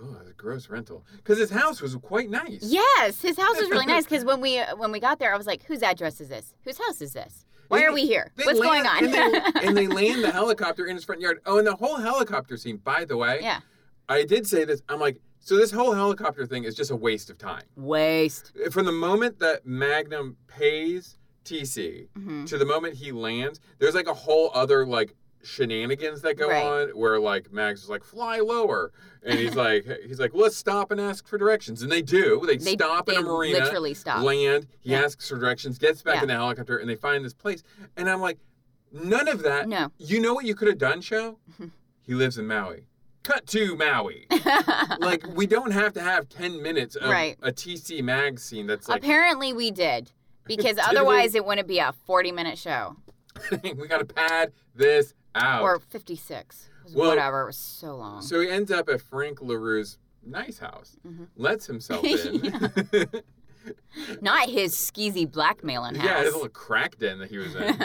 Speaker 1: Oh, that's a gross rental. Because his house was quite nice.
Speaker 2: Yes, his house was really nice. Because when we uh, when we got there, I was like, "Whose address is this? Whose house is this? Why
Speaker 1: They-
Speaker 2: are we here?
Speaker 1: They
Speaker 2: What's
Speaker 1: land-
Speaker 2: going on?"
Speaker 1: and, they, and they land the helicopter in his front yard. Oh, and the whole helicopter scene, by the way.
Speaker 2: yeah,
Speaker 1: I did say this. I'm like, so this whole helicopter thing is just a waste of time.
Speaker 2: waste.
Speaker 1: From the moment that Magnum pays TC
Speaker 2: hmm
Speaker 1: to the moment he lands, there's like a whole other like shenanigans that go
Speaker 2: Right.
Speaker 1: on where like Mags is like fly lower, and he's like he's like let's stop and ask for directions, and they do. They,
Speaker 2: They
Speaker 1: stop
Speaker 2: they
Speaker 1: in a marina,
Speaker 2: Literally stop.
Speaker 1: land. He
Speaker 2: Yeah.
Speaker 1: asks for directions, gets back
Speaker 2: Yeah.
Speaker 1: in the helicopter, and they find this place. And I'm like, none of that.
Speaker 2: No.
Speaker 1: You know what you could have done, show? he lives in Maui. Cut to Maui. like we don't have to have ten minutes of
Speaker 2: Right.
Speaker 1: a TC mag scene that's like
Speaker 2: Apparently, we did because
Speaker 1: Did
Speaker 2: otherwise it wouldn't be a forty-minute show
Speaker 1: we gotta pad this out.
Speaker 2: or fifty-six. It was
Speaker 1: Oh. Well,
Speaker 2: whatever. It was so long.
Speaker 1: So he ends up at Frank LaRue's nice house,
Speaker 2: Mhm.
Speaker 1: lets himself in.
Speaker 2: Yeah. Not his skeezy blackmailing house.
Speaker 1: yeah, his little crack den that he was in.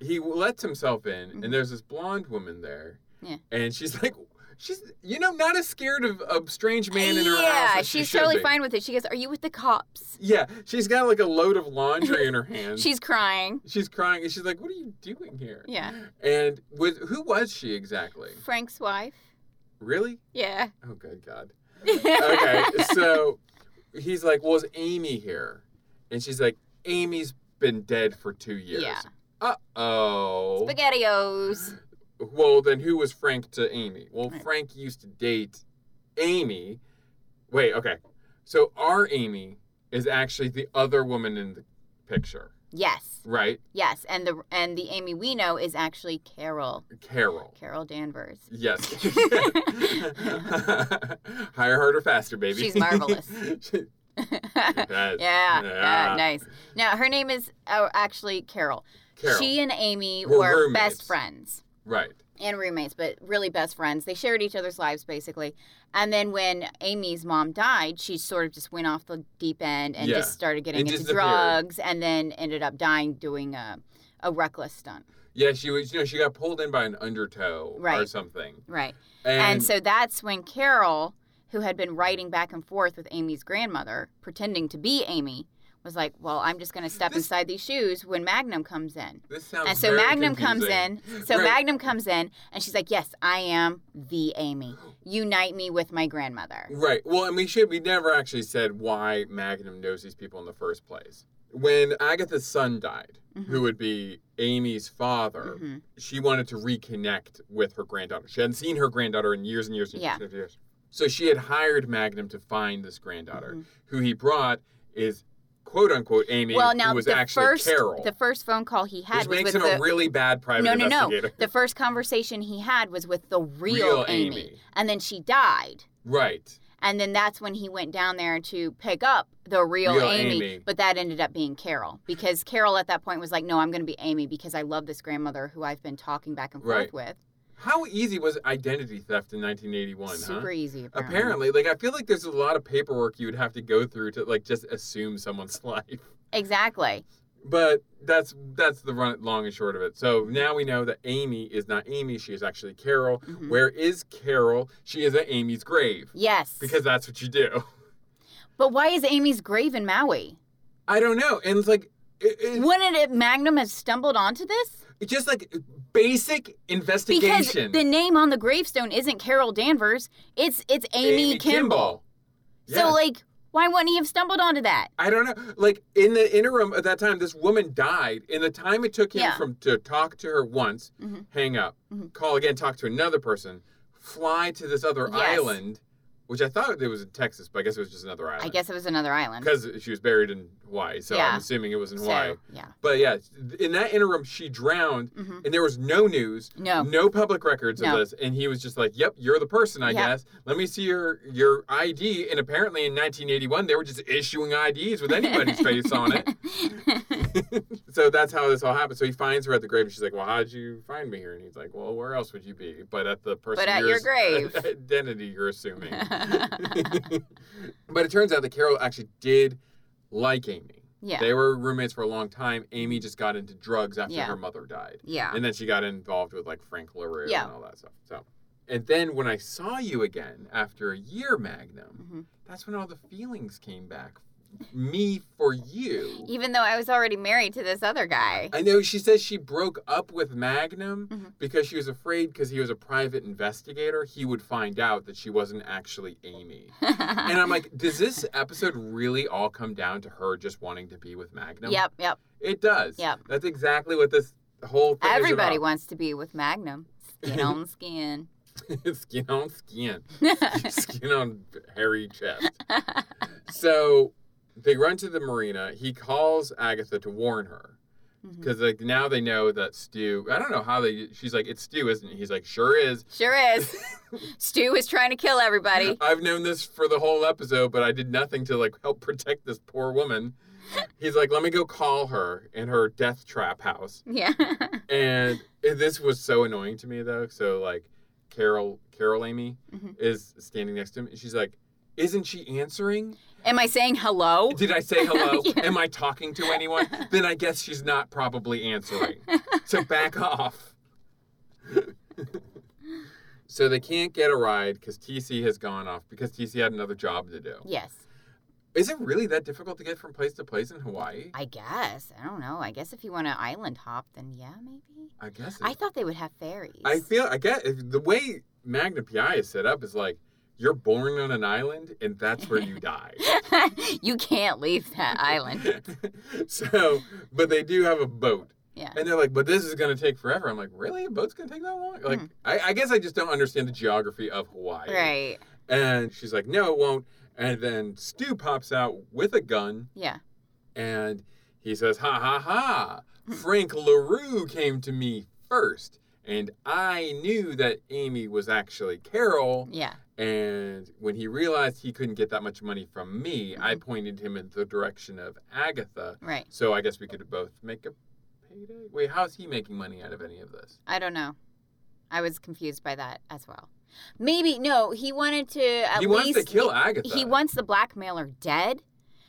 Speaker 1: he lets himself in,
Speaker 2: Mhm.
Speaker 1: and there's this blonde woman there.
Speaker 2: Yeah.
Speaker 1: And she's like, she's, you know, not as scared of a strange man in her house.
Speaker 2: yeah,
Speaker 1: as she
Speaker 2: she's
Speaker 1: should
Speaker 2: totally
Speaker 1: be.
Speaker 2: fine with it. She goes, "Are you with the cops?"
Speaker 1: Yeah, she's got like a load of laundry in her hands.
Speaker 2: She's crying.
Speaker 1: she's crying, and she's like, what are you doing here?
Speaker 2: Yeah,
Speaker 1: And with, who was she exactly?
Speaker 2: Frank's wife.
Speaker 1: Really?
Speaker 2: Yeah.
Speaker 1: Oh, good God. okay, so he's like, "Well, is Amy here?" And she's like, "Amy's been dead for two years."
Speaker 2: Yeah.
Speaker 1: Uh oh.
Speaker 2: Spaghettios.
Speaker 1: Well, then who was Frank to Amy? Well,
Speaker 2: Right.
Speaker 1: Frank used to date Amy. Wait, okay. So our Amy is actually the other woman in the picture,
Speaker 2: Yes.
Speaker 1: right?
Speaker 2: Yes, and the and the Amy we know is actually Carol.
Speaker 1: Carol.
Speaker 2: Carol Danvers.
Speaker 1: Yes. Higher, harder, faster, baby.
Speaker 2: She's marvelous.
Speaker 1: She- yes.
Speaker 2: Yeah,
Speaker 1: Yeah.
Speaker 2: yeah, nice. Now her name is oh, actually Carol.
Speaker 1: Carol.
Speaker 2: She and Amy
Speaker 1: Were
Speaker 2: were,
Speaker 1: roommates.
Speaker 2: best friends
Speaker 1: right.
Speaker 2: and roommates, but really best friends. They shared each other's lives basically. And then when Amy's mom died, she sort of just went off the deep end and
Speaker 1: Yeah.
Speaker 2: just started getting into
Speaker 1: disappeared.
Speaker 2: drugs, and then ended up dying doing a a reckless stunt.
Speaker 1: Yeah, she was. You know, she got pulled in by an undertow or
Speaker 2: Right.
Speaker 1: something.
Speaker 2: Right.
Speaker 1: And,
Speaker 2: And, so that's when Carol, who had been writing back and forth with Amy's grandmother, pretending to be Amy, was like, Well, I'm just going to step
Speaker 1: This-
Speaker 2: inside these shoes when Magnum comes in.
Speaker 1: this sounds.
Speaker 2: And so
Speaker 1: very
Speaker 2: Magnum comes
Speaker 1: confusing.
Speaker 2: in. So
Speaker 1: Right.
Speaker 2: Magnum comes in, and she's like, Yes, I am the Amy. Unite me with my grandmother.
Speaker 1: Right. Well, and we should. We never actually said why Magnum knows these people in the first place. When Agatha's son died,
Speaker 2: Mm-hmm.
Speaker 1: who would be Amy's father,
Speaker 2: Mhm.
Speaker 1: she wanted to reconnect with her granddaughter. She hadn't seen her granddaughter in years and years and
Speaker 2: Yeah.
Speaker 1: years and years. So she had hired Magnum to find this granddaughter.
Speaker 2: Mhm.
Speaker 1: Who he brought is quote unquote Amy,
Speaker 2: well, now
Speaker 1: who was
Speaker 2: the
Speaker 1: actually
Speaker 2: first
Speaker 1: Carol.
Speaker 2: the first phone call he
Speaker 1: which
Speaker 2: had was
Speaker 1: makes
Speaker 2: with
Speaker 1: him
Speaker 2: the
Speaker 1: a really bad private
Speaker 2: no, no, no.
Speaker 1: investigator.
Speaker 2: The first conversation he had was with the real,
Speaker 1: Real
Speaker 2: Amy.
Speaker 1: Amy.
Speaker 2: and then she died.
Speaker 1: Right.
Speaker 2: And then that's when he went down there to pick up the real,
Speaker 1: Real
Speaker 2: Amy,
Speaker 1: Amy.
Speaker 2: But that ended up being Carol because Carol at that point was like, no, I'm going to be Amy because I love this grandmother who I've been talking back and forth
Speaker 1: Right.
Speaker 2: with.
Speaker 1: How easy was identity theft in 1981,
Speaker 2: Super
Speaker 1: huh?
Speaker 2: easy, apparently.
Speaker 1: Apparently, like I feel like there's a lot of paperwork you would have to go through to like just assume someone's life.
Speaker 2: Exactly.
Speaker 1: But that's that's the run long and short of it. So now we know that Amy is not Amy, she is actually Carol.
Speaker 2: Mhm.
Speaker 1: Where is Carol? She is at Amy's grave.
Speaker 2: Yes.
Speaker 1: Because that's what you do.
Speaker 2: but why is Amy's grave in Maui?
Speaker 1: I don't know. And it's like it, it-
Speaker 2: Wouldn't it Magnum have stumbled onto this?
Speaker 1: it's just like basic
Speaker 2: Because
Speaker 1: investigation.
Speaker 2: the name on the gravestone isn't Carol Danvers. It's it's Amy, Kimball.
Speaker 1: Yes.
Speaker 2: So like, why wouldn't he have stumbled onto that?
Speaker 1: I don't know. Like in the interim at that time, this woman died. In the time it took him
Speaker 2: Yeah.
Speaker 1: from to talk to her once,
Speaker 2: Mhm.
Speaker 1: hang up,
Speaker 2: Mhm.
Speaker 1: call again, talk to another person, fly to this other
Speaker 2: Yes.
Speaker 1: island, which I thought it was in Texas, but I guess it was just another island.
Speaker 2: I guess it was another island.
Speaker 1: because she was buried in Hawaii, so
Speaker 2: Yeah.
Speaker 1: I'm assuming it was in
Speaker 2: So,
Speaker 1: Hawaii.
Speaker 2: yeah.
Speaker 1: But yeah, in that interim, she drowned,
Speaker 2: hmm
Speaker 1: and there was no news.
Speaker 2: No.
Speaker 1: No public records
Speaker 2: No.
Speaker 1: of this, and he was just like, "Yep, you're the person, I
Speaker 2: Yeah.
Speaker 1: guess. Let me see your your ID." And apparently, in 1981, they were just issuing IDs with anybody's face on it. So that's how this all happened. So he finds her at the grave, and she's like, "Well, how'd you find me here?" And he's like, "Well, where else would you be but at the person
Speaker 2: But at
Speaker 1: you're
Speaker 2: your
Speaker 1: ass-
Speaker 2: grave."
Speaker 1: identity you're assuming." but it turns out that Carol actually did like Amy.
Speaker 2: yeah.
Speaker 1: They were roommates for a long time. Amy just got into drugs after
Speaker 2: Yeah.
Speaker 1: her mother died.
Speaker 2: yeah.
Speaker 1: And then she got involved with like Frank LaRue
Speaker 2: Yeah.
Speaker 1: and all that stuff. So, and then when I saw you again after a year, Magnum,
Speaker 2: Mhm.
Speaker 1: that's when all the feelings came back. Me for you.
Speaker 2: Even though I was already married to this other guy.
Speaker 1: I know she says she broke up with Magnum
Speaker 2: Mhm.
Speaker 1: because she was afraid because he was a private investigator, he would find out that she wasn't actually Amy. and I'm like, does this episode really all come down to her just wanting to be with Magnum?
Speaker 2: Yep, yep.
Speaker 1: It does.
Speaker 2: Yep.
Speaker 1: That's exactly what this whole thing
Speaker 2: Everybody
Speaker 1: is
Speaker 2: wants to be with Magnum. Skin on skin. Mm-hmm.
Speaker 1: about. skin on skin. skin on hairy chest. so they run to the marina. He calls Agatha to warn her.
Speaker 2: Mhm.
Speaker 1: Because like now they know that Stu. I don't know how they. She's like, it's Stu, isn't it? He's like, sure is.
Speaker 2: Sure is. Stu is trying to kill everybody.
Speaker 1: I've known this for the whole episode, but I did nothing to like help protect this poor woman. He's like, let me go call her in her death trap house.
Speaker 2: Yeah.
Speaker 1: And this was so annoying to me though. So like, Carol, Carol Amy
Speaker 2: Mhm.
Speaker 1: is standing next to him, and she's like, isn't she answering?
Speaker 2: Am I saying hello?
Speaker 1: Did I say hello?
Speaker 2: Yeah.
Speaker 1: Am I talking to anyone? then I guess she's not probably answering. So back off. so they can't get a ride because TC has gone off because TC had another job to do.
Speaker 2: Yes.
Speaker 1: Is it really that difficult to get from place to place in Hawaii?
Speaker 2: I guess. I don't know. I guess if you want to island hop, then yeah, maybe.
Speaker 1: I guess.
Speaker 2: I
Speaker 1: It,
Speaker 2: thought they would have ferries.
Speaker 1: I, feel. I guess if the way Magna PI is set up is like you're born on an island and that's where you die.
Speaker 2: you can't leave that island.
Speaker 1: so, but they do have a boat.
Speaker 2: Yeah.
Speaker 1: And they're like, but this is going to take forever. I'm like, really? A boat's going to take that long? Like,
Speaker 2: Hmm.
Speaker 1: I, I guess I just don't understand the geography of Hawaii.
Speaker 2: Right.
Speaker 1: And she's like, no, it won't. And then Stu pops out with a gun
Speaker 2: Yeah.
Speaker 1: and he says, ha ha ha. Frank LaRue came to me first. And I knew that Amy was actually Carol.
Speaker 2: Yeah.
Speaker 1: And when he realized he couldn't get that much money from me, I
Speaker 2: Mhm.
Speaker 1: pointed him in the direction of Agatha.
Speaker 2: Right.
Speaker 1: So I guess we could both make a payday. Wait, how's he making money out of any of this?
Speaker 2: I don't know. I was confused by that as well. Maybe no. He wanted to at
Speaker 1: he wants
Speaker 2: least
Speaker 1: to kill Agatha.
Speaker 2: he wants the blackmailer dead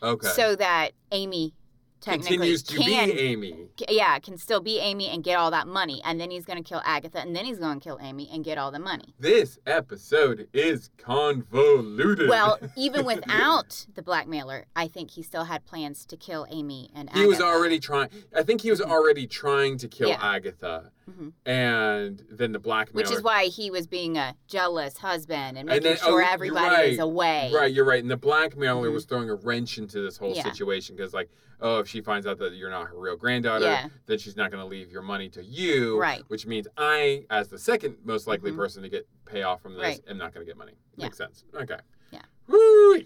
Speaker 1: okay.
Speaker 2: so that Amy technically
Speaker 1: continues to
Speaker 2: can
Speaker 1: be Amy.
Speaker 2: c- yeah, can still be Amy and get all that money. And then he's going to kill Agatha and then he's going to kill Amy and get all the money.
Speaker 1: This episode is convoluted.
Speaker 2: Well, even without the blackmailer, I think he still had plans to kill Amy and Agatha.
Speaker 1: he was already trying. I think he was already trying to kill
Speaker 2: Yeah.
Speaker 1: Agatha,
Speaker 2: Mhm.
Speaker 1: and then the blackmailer.
Speaker 2: Which is why he was being a jealous husband and
Speaker 1: And
Speaker 2: making
Speaker 1: then- oh,
Speaker 2: sure
Speaker 1: you're
Speaker 2: everybody
Speaker 1: right.
Speaker 2: is away.
Speaker 1: Right, you're right. And the blackmailer
Speaker 2: Mhm.
Speaker 1: was throwing a wrench into this whole
Speaker 2: Yeah.
Speaker 1: situation because, like, oh, if she finds out that you're not her real granddaughter,
Speaker 2: Yeah.
Speaker 1: then she's not going to leave your money to you.
Speaker 2: Right.
Speaker 1: Which means I, as the second most likely
Speaker 2: Mhm.
Speaker 1: person to get payoff from this,
Speaker 2: Right.
Speaker 1: am not going to get money.
Speaker 2: Yeah.
Speaker 1: Makes sense. Okay.
Speaker 2: Yeah.
Speaker 1: Woo!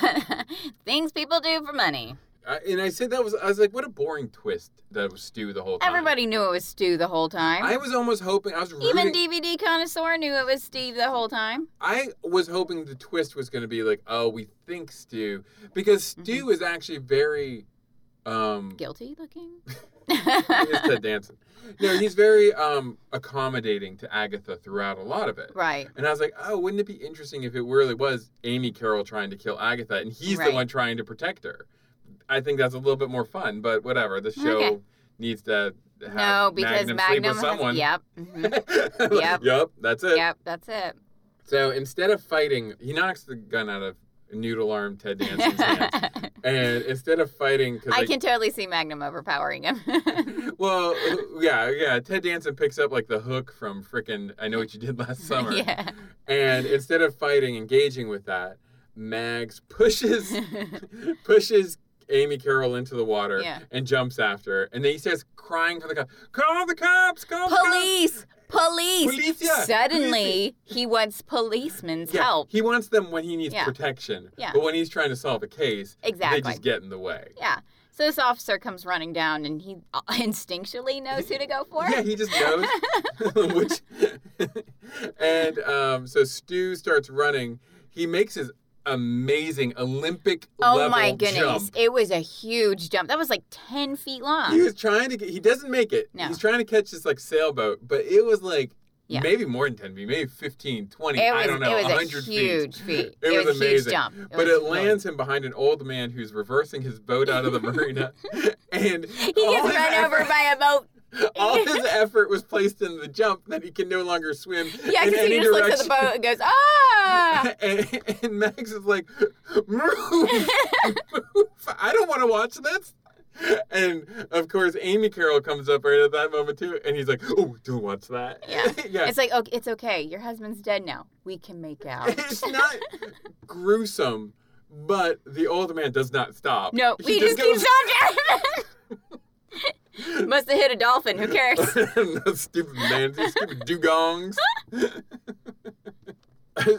Speaker 2: Things people do for money.
Speaker 1: I, and I said that was, I was like, what a boring twist that was Stu the whole time.
Speaker 2: Everybody knew it was Stu the whole time.
Speaker 1: I was almost hoping, I was rooting,
Speaker 2: Even DVD connoisseur knew it was Steve the whole time.
Speaker 1: I was hoping the twist was going to be like, oh, we think Stu, because
Speaker 2: Mm-hmm.
Speaker 1: Stu is actually very, um,
Speaker 2: Guilty looking.
Speaker 1: is Ted Danson. No, he's very um accommodating to Agatha throughout a lot of it.
Speaker 2: right.
Speaker 1: And I was like, oh, wouldn't it be interesting if it really was Amy Carroll trying to kill Agatha and he's
Speaker 2: Right.
Speaker 1: the one trying to protect her? I think that's a little bit more fun, but whatever. The show
Speaker 2: Okay.
Speaker 1: needs to have
Speaker 2: No,
Speaker 1: Magnum,
Speaker 2: because
Speaker 1: sleep
Speaker 2: Magnum
Speaker 1: with
Speaker 2: has-
Speaker 1: someone.
Speaker 2: yep. mhm.
Speaker 1: yep.
Speaker 2: Yep.
Speaker 1: that's it.
Speaker 2: yep, that's it.
Speaker 1: So instead of fighting, he knocks the gun out of noodle arm Ted Danson's hand. And instead of fighting, because
Speaker 2: I can totally see Magnum overpowering him.
Speaker 1: Well, yeah, yeah. Ted Danson picks up like the hook from frickin' I Know What You Did Last Summer.
Speaker 2: yeah.
Speaker 1: And instead of fighting, engaging with that, Mags pushes pushes Amy Carroll into the water
Speaker 2: Yeah.
Speaker 1: and jumps after. her. And then he starts crying for the cops. Call the cops! Call the cops!
Speaker 2: police! Police!
Speaker 1: Police, yeah,
Speaker 2: Suddenly, he wants policeman's
Speaker 1: Yeah,
Speaker 2: help.
Speaker 1: He wants them when he needs
Speaker 2: Yeah.
Speaker 1: protection.
Speaker 2: Yeah.
Speaker 1: But when he's trying to solve a case, they
Speaker 2: Exactly.
Speaker 1: just get in the way.
Speaker 2: Yeah. So this officer comes running down and he uh, instinctually knows who to go for.
Speaker 1: Yeah, he just knows. Which, and um, so Stu starts running. He makes his amazing Olympic
Speaker 2: oh
Speaker 1: level
Speaker 2: my goodness.
Speaker 1: jump.
Speaker 2: It was a huge jump. That was like 10 feet long.
Speaker 1: He was trying to get. He doesn't make it.
Speaker 2: No.
Speaker 1: He's trying to catch this like sailboat, but it was like
Speaker 2: Yeah.
Speaker 1: maybe more than ten feet, maybe 15, 20,
Speaker 2: it was,
Speaker 1: I don't know,
Speaker 2: it was a
Speaker 1: 100 feet.
Speaker 2: huge feet.
Speaker 1: It was
Speaker 2: a huge
Speaker 1: amazing.
Speaker 2: jump.
Speaker 1: But
Speaker 2: was
Speaker 1: it lands him behind an old man who's reversing his boat out of the marina, and
Speaker 2: He
Speaker 1: all
Speaker 2: gets
Speaker 1: his
Speaker 2: run over
Speaker 1: effort-
Speaker 2: by a boat.
Speaker 1: All his effort was placed in the jump that he can no longer swim.
Speaker 2: Yeah,
Speaker 1: in
Speaker 2: because he
Speaker 1: any
Speaker 2: just looks at the
Speaker 1: direction.
Speaker 2: boat and goes, ah!
Speaker 1: and, and Max is like, move, move. I don't want to watch this. And of course, Amy Carroll comes up right at that moment too, and he's like, "Oh, don't watch that."
Speaker 2: Yeah.
Speaker 1: yeah.
Speaker 2: It's like, okay, it's okay. Your husband's dead now. We can make out.
Speaker 1: It's not gruesome, but the old man does not stop.
Speaker 2: No,
Speaker 1: He
Speaker 2: we just,
Speaker 1: goes-
Speaker 2: keep on. Must have hit a dolphin. Who cares?
Speaker 1: Those stupid man, these stupid dugongs.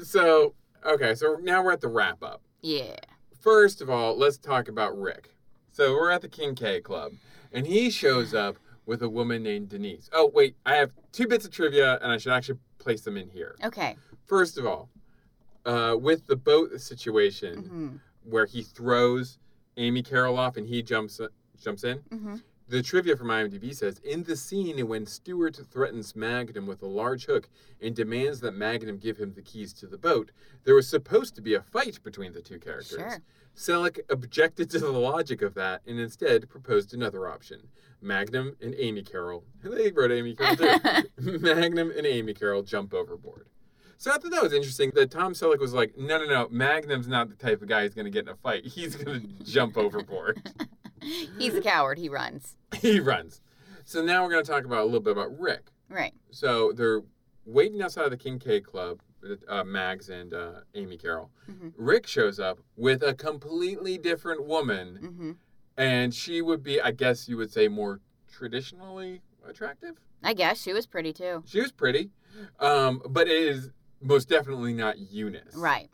Speaker 1: so okay, so now we're at the wrap up.
Speaker 2: Yeah.
Speaker 1: First of all, let's talk about Rick. So we're at the King K Club, and he shows up with a woman named Denise. Oh, wait, I have two bits of trivia, and I should actually place them in here.
Speaker 2: Okay.
Speaker 1: First of all, uh, with the boat situation
Speaker 2: Mhm.
Speaker 1: where he throws Amy Carroll off and he jumps jumps in,
Speaker 2: Mhm.
Speaker 1: the trivia from IMDb says in the scene when Stewart threatens Magnum with a large hook and demands that Magnum give him the keys to the boat, there was supposed to be a fight between the two characters.
Speaker 2: Sure.
Speaker 1: Selleck objected to the logic of that and instead proposed another option. Magnum and Amy Carroll. They wrote Amy Carroll too. Magnum and Amy Carroll jump overboard. So I thought that was interesting that Tom Selleck was like, no, no, no, Magnum's not the type of guy who's going to get in a fight. He's going to jump overboard.
Speaker 2: He's a coward. He runs.
Speaker 1: he runs. So now we're going to talk about a little bit about Rick.
Speaker 2: Right.
Speaker 1: So they're waiting outside of the King K Club, uh, Mags and uh, Amy Carroll.
Speaker 2: Mhm.
Speaker 1: Rick shows up with a completely different woman,
Speaker 2: hmm
Speaker 1: and she would be, I guess you would say, more traditionally attractive.
Speaker 2: I guess she was pretty too.
Speaker 1: She was pretty, um, but it is most definitely not Eunice.
Speaker 2: Right.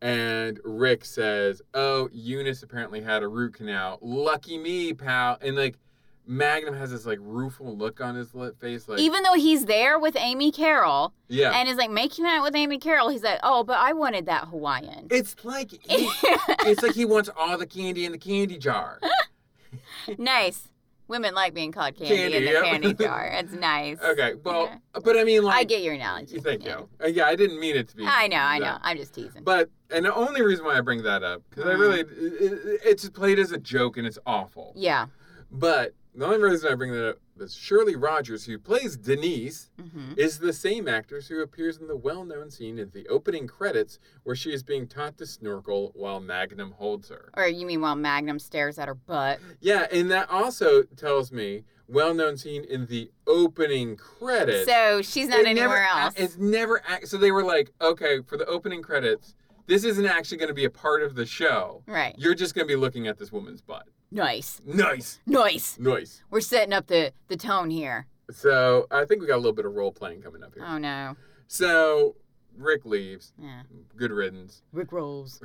Speaker 1: And Rick says, "Oh, Eunice apparently had a root canal. Lucky me, pal." And like, Magnum has this like rueful look on his lip face, like,
Speaker 2: Even though he's there with Amy Carroll
Speaker 1: yeah.
Speaker 2: and is like making out with Amy Carroll, he's like, oh, but I wanted that Hawaiian.
Speaker 1: it's like he- it's like he wants all the candy in the candy jar.
Speaker 2: nice. Women like being called candy, in
Speaker 1: Candy,
Speaker 2: the
Speaker 1: yep.
Speaker 2: candy jar. It's nice.
Speaker 1: Okay, well,
Speaker 2: Yeah.
Speaker 1: but I mean, like,
Speaker 2: I get your analogy.
Speaker 1: Thank
Speaker 2: Yeah.
Speaker 1: you. Uh, yeah, I didn't mean it to be.
Speaker 2: I know, I know. Uh-huh.
Speaker 1: that.
Speaker 2: I'm just teasing.
Speaker 1: But and the only reason why I bring that up because I really it, it, it's played as a joke and it's awful.
Speaker 2: yeah.
Speaker 1: But the only reason I bring that up is Shirley Rogers, who plays Denise,
Speaker 2: hmm
Speaker 1: is the same actress who appears in the well-known scene in the opening credits where she is being taught to snorkel while Magnum holds her.
Speaker 2: Or you mean while Magnum stares at her butt?
Speaker 1: Yeah, and that also tells me well-known scene in the opening credits.
Speaker 2: So she's not
Speaker 1: It never
Speaker 2: anywhere
Speaker 1: ac-
Speaker 2: else.
Speaker 1: It's never ac- so they were like, okay, for the opening credits, this isn't actually going to be a part of the show.
Speaker 2: right.
Speaker 1: You're just going to be looking at this woman's butt.
Speaker 2: Nice.
Speaker 1: Nice.
Speaker 2: Nice.
Speaker 1: Nice.
Speaker 2: We're setting up the, the tone here.
Speaker 1: So I think we got a little bit of role playing coming up here.
Speaker 2: Oh, no.
Speaker 1: So Rick leaves.
Speaker 2: Yeah.
Speaker 1: Good riddance.
Speaker 2: Rick rolls.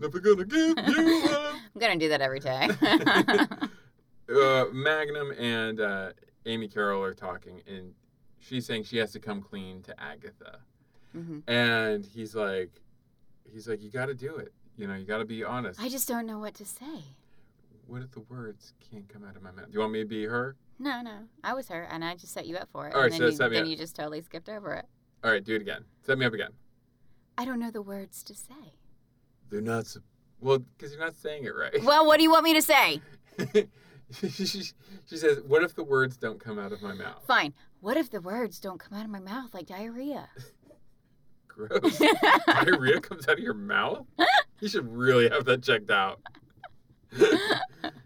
Speaker 1: Never gonna give you up.
Speaker 2: I'm going to do that every day.
Speaker 1: Uh, Magnum and uh, Amy Carroll are talking, and she's saying she has to come clean to Agatha.
Speaker 2: hmm
Speaker 1: And he's like, he's like, you got to do it. You know, you got to be honest.
Speaker 2: I just don't know what to say.
Speaker 1: What if the words can't come out of my mouth? Do you want me to be her?
Speaker 2: No, no. I was her, and I just set you up for it.
Speaker 1: All right,
Speaker 2: and
Speaker 1: so
Speaker 2: then,
Speaker 1: set
Speaker 2: you,
Speaker 1: me
Speaker 2: then
Speaker 1: up.
Speaker 2: you just totally skipped over it.
Speaker 1: All right, do it again. Set me up again.
Speaker 2: I don't know the words to say.
Speaker 1: They're not. sup- Well, because you're not saying it right.
Speaker 2: Well, what do you want me to say?
Speaker 1: she, she- she says, "What if the words don't come out of my mouth?"
Speaker 2: Fine. What if the words don't come out of my mouth like diarrhea?
Speaker 1: Gross. Diarrhea comes out of your mouth. You should really have that checked out.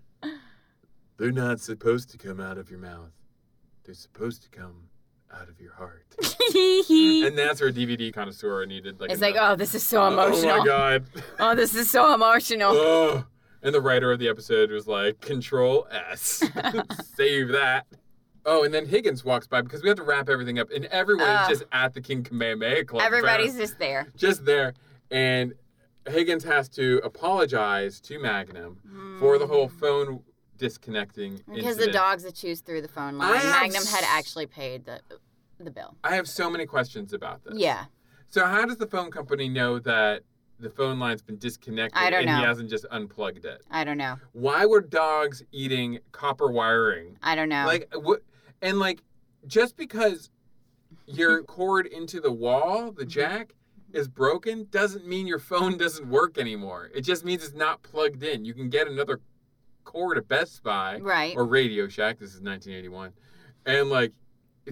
Speaker 1: They're not supposed to come out of your mouth. They're supposed to come out of your heart.
Speaker 2: it's
Speaker 1: and that's where DVD connoisseur needed. Like
Speaker 2: like,
Speaker 1: another-
Speaker 2: oh, this is so emotional.
Speaker 1: Oh my god. Oh,
Speaker 2: Oh, this is so emotional.
Speaker 1: Ugh. And the writer of the episode was like, Control S. Save that. Oh, and then Higgins walks by because we have to wrap everything up, and everyone
Speaker 2: Ugh.
Speaker 1: is just at the King Kamehameha Club.
Speaker 2: Everybody's
Speaker 1: apparently.
Speaker 2: just there.
Speaker 1: just there, and Higgins has to apologize to Magnum for the whole phone disconnecting
Speaker 2: Because Hmm. the
Speaker 1: incident.
Speaker 2: dogs that choose through the phone
Speaker 1: I
Speaker 2: line,
Speaker 1: am
Speaker 2: Magnum had
Speaker 1: s-
Speaker 2: actually paid the the bill.
Speaker 1: I have so many questions about this.
Speaker 2: Yeah,
Speaker 1: So how does the phone company know that the phone line's been disconnected
Speaker 2: I don't
Speaker 1: and he
Speaker 2: know.
Speaker 1: hasn't just unplugged it?
Speaker 2: I don't know.
Speaker 1: Why were dogs eating copper wiring?
Speaker 2: I don't know.
Speaker 1: Like what? And like, just because your cord into the wall, the
Speaker 2: Mhm.
Speaker 1: jack, is broken, doesn't mean your phone doesn't work anymore. It just means it's not plugged in. You can get another cord at Best Buy
Speaker 2: right.
Speaker 1: or Radio Shack. This is 1981, and like,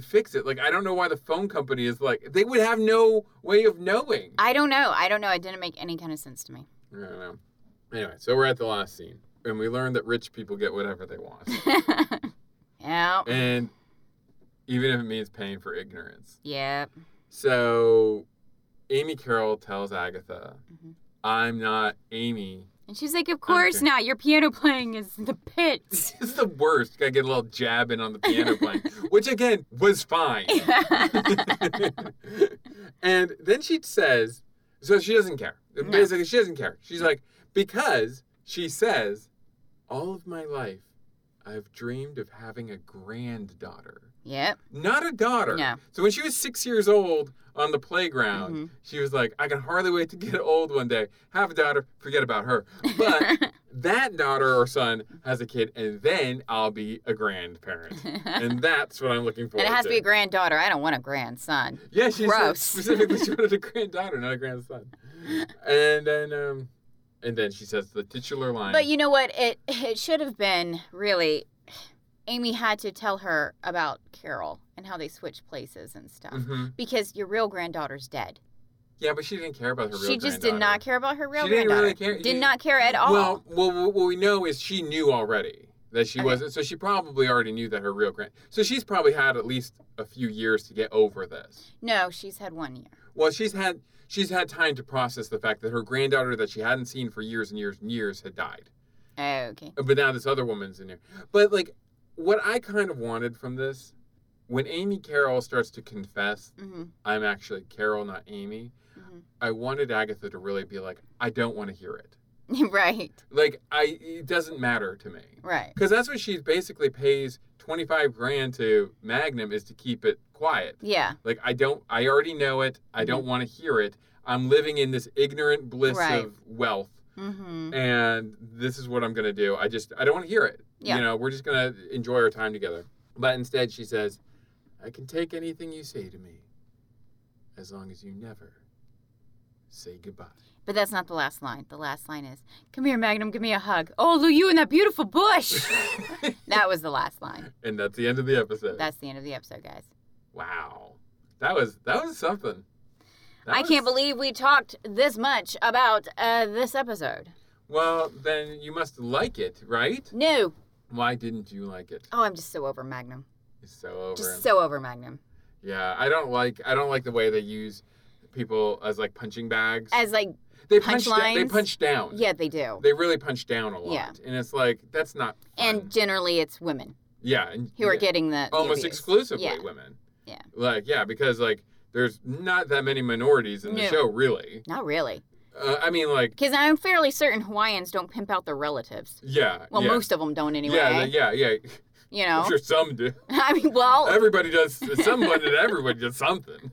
Speaker 1: fix it. Like, I don't know why the phone company is like they would have no way of knowing.
Speaker 2: I don't know. I don't know. It didn't make any kind of sense to me.
Speaker 1: I don't know. Anyway, so we're at the last scene, and we learn that rich people get whatever they want,
Speaker 2: yeah.
Speaker 1: and even if it means paying for ignorance.
Speaker 2: Yep.
Speaker 1: So, Amy Carroll tells Agatha,
Speaker 2: Mhm.
Speaker 1: "I'm not Amy."
Speaker 2: And she's like, Of course
Speaker 1: Okay.
Speaker 2: not. Your piano playing is the pits.
Speaker 1: It's the worst. Gotta get a little jab in on the piano playing, which again was fine. and then she says, so she doesn't care. Basically, she doesn't care. She's like, because she says, all of my life, I've dreamed of having a granddaughter,
Speaker 2: yep.
Speaker 1: not a daughter.
Speaker 2: No.
Speaker 1: So when she was six years old on the playground,
Speaker 2: Mhm.
Speaker 1: she was like, I can hardly wait to get old one day, have a daughter, forget about her. But that daughter or son has a kid, and then I'll be a grandparent.
Speaker 2: and
Speaker 1: and that's what I'm looking for.
Speaker 2: it has to be a granddaughter. I don't want a grandson.
Speaker 1: Yeah, she said
Speaker 2: Gross.
Speaker 1: specifically she wanted a granddaughter, not a grandson. And then, um, and then she says the titular line.
Speaker 2: But you know what? It it should have been really. Amy had to tell her about Carol and how they switched places and stuff
Speaker 1: hmm
Speaker 2: because your real granddaughter's dead.
Speaker 1: Yeah, but she didn't care about her real
Speaker 2: She just did not
Speaker 1: granddaughter.
Speaker 2: care about her real
Speaker 1: She didn't
Speaker 2: granddaughter.
Speaker 1: really care-
Speaker 2: Did not care at all.
Speaker 1: Well, well, well, what we know is she knew already that she
Speaker 2: Okay.
Speaker 1: wasn't. So she probably already knew that her real grand. So she's probably had at least a few years to get over this.
Speaker 2: no, she's had one year.
Speaker 1: Well, she's had she's had time to process the fact that her granddaughter that she hadn't seen for years and years and years had died.
Speaker 2: Oh, okay.
Speaker 1: But now this other woman's in here. But like, what I kind of wanted from this, when Amy Carroll starts to confess,
Speaker 2: Mm-hmm.
Speaker 1: I'm actually Carol, not Amy.
Speaker 2: hmm
Speaker 1: I wanted Agatha to really be like, I don't want to hear it.
Speaker 2: right.
Speaker 1: Like, I it doesn't matter to me.
Speaker 2: Right.
Speaker 1: Because that's what she basically pays twenty five grand to Magnum is to keep it quiet.
Speaker 2: Yeah.
Speaker 1: Like I don't I already know it. I don't want to hear it. I'm living in this ignorant bliss
Speaker 2: Mm-hmm. Right.
Speaker 1: of wealth
Speaker 2: Mm-hmm.
Speaker 1: and this is what I'm gonna do. I just I don't want to hear it.
Speaker 2: Yeah.
Speaker 1: You know, we're just gonna enjoy our time together. But instead, she says, "I can take anything you say to me, as long as you never say goodbye."
Speaker 2: But that's not the last line. The last line is, "Come here, Magnum. Give me a hug." Oh, Lou, you and that beautiful bush. that was the last line.
Speaker 1: and that's the end of the episode.
Speaker 2: That's the end of the episode, guys.
Speaker 1: wow, that was that was something. That
Speaker 2: I can't
Speaker 1: was-
Speaker 2: believe we talked this much about uh, this episode.
Speaker 1: Well, then you must like it, right?
Speaker 2: No.
Speaker 1: Why didn't you like it?
Speaker 2: Oh, I'm just so over Magnum.
Speaker 1: It's so over.
Speaker 2: Just so over Magnum.
Speaker 1: yeah, I don't like I don't like the way they use people as like punching bags.
Speaker 2: As like
Speaker 1: They punch, down, they
Speaker 2: punchlines.
Speaker 1: punch down.
Speaker 2: Yeah, they do.
Speaker 1: They really punch down a lot.
Speaker 2: Yeah.
Speaker 1: And it's like that's not fun.
Speaker 2: and generally, it's women
Speaker 1: yeah, and
Speaker 2: who are
Speaker 1: yeah,
Speaker 2: getting the the
Speaker 1: almost
Speaker 2: abuse.
Speaker 1: exclusively
Speaker 2: Yeah.
Speaker 1: women.
Speaker 2: Yeah.
Speaker 1: Like yeah, because like there's not that many minorities in the
Speaker 2: No.
Speaker 1: show really.
Speaker 2: Not really,
Speaker 1: Uh, I mean like
Speaker 2: because I'm fairly certain Hawaiians don't pimp out their relatives.
Speaker 1: yeah.
Speaker 2: Well,
Speaker 1: yeah.
Speaker 2: most of them don't anyway.
Speaker 1: Yeah, the- yeah, yeah.
Speaker 2: you
Speaker 1: I'm
Speaker 2: know,
Speaker 1: sure some do.
Speaker 2: I mean, well,
Speaker 1: Everybody does. Someone and everyone does something.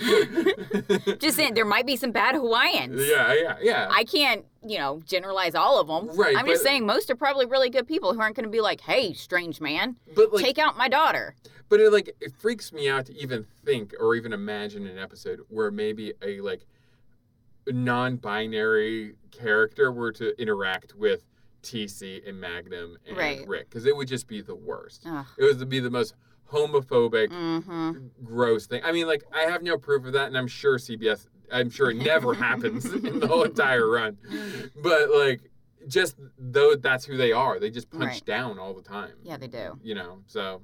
Speaker 1: yeah,
Speaker 2: just saying there might be some bad Hawaiians.
Speaker 1: yeah, yeah.
Speaker 2: I can't, you know, generalize all of them.
Speaker 1: Right,
Speaker 2: I'm just
Speaker 1: but-
Speaker 2: saying most are probably really good people who aren't going to be like, "Hey, strange man,
Speaker 1: but like,
Speaker 2: take out my daughter."
Speaker 1: but it like it freaks me out to even think or even imagine an episode where maybe a like non-binary character were to interact with TC and Magnum and
Speaker 2: Right.
Speaker 1: Rick because it would just be the worst.
Speaker 2: Ugh.
Speaker 1: It would be the most homophobic,
Speaker 2: Mm-hmm.
Speaker 1: gross thing. I mean, like I have no proof of that, and I'm sure CBS. I'm sure it never happens in the whole entire run, but like just though that's who they are. They just punch
Speaker 2: Right.
Speaker 1: down all the time.
Speaker 2: Yeah, they do.
Speaker 1: You know. So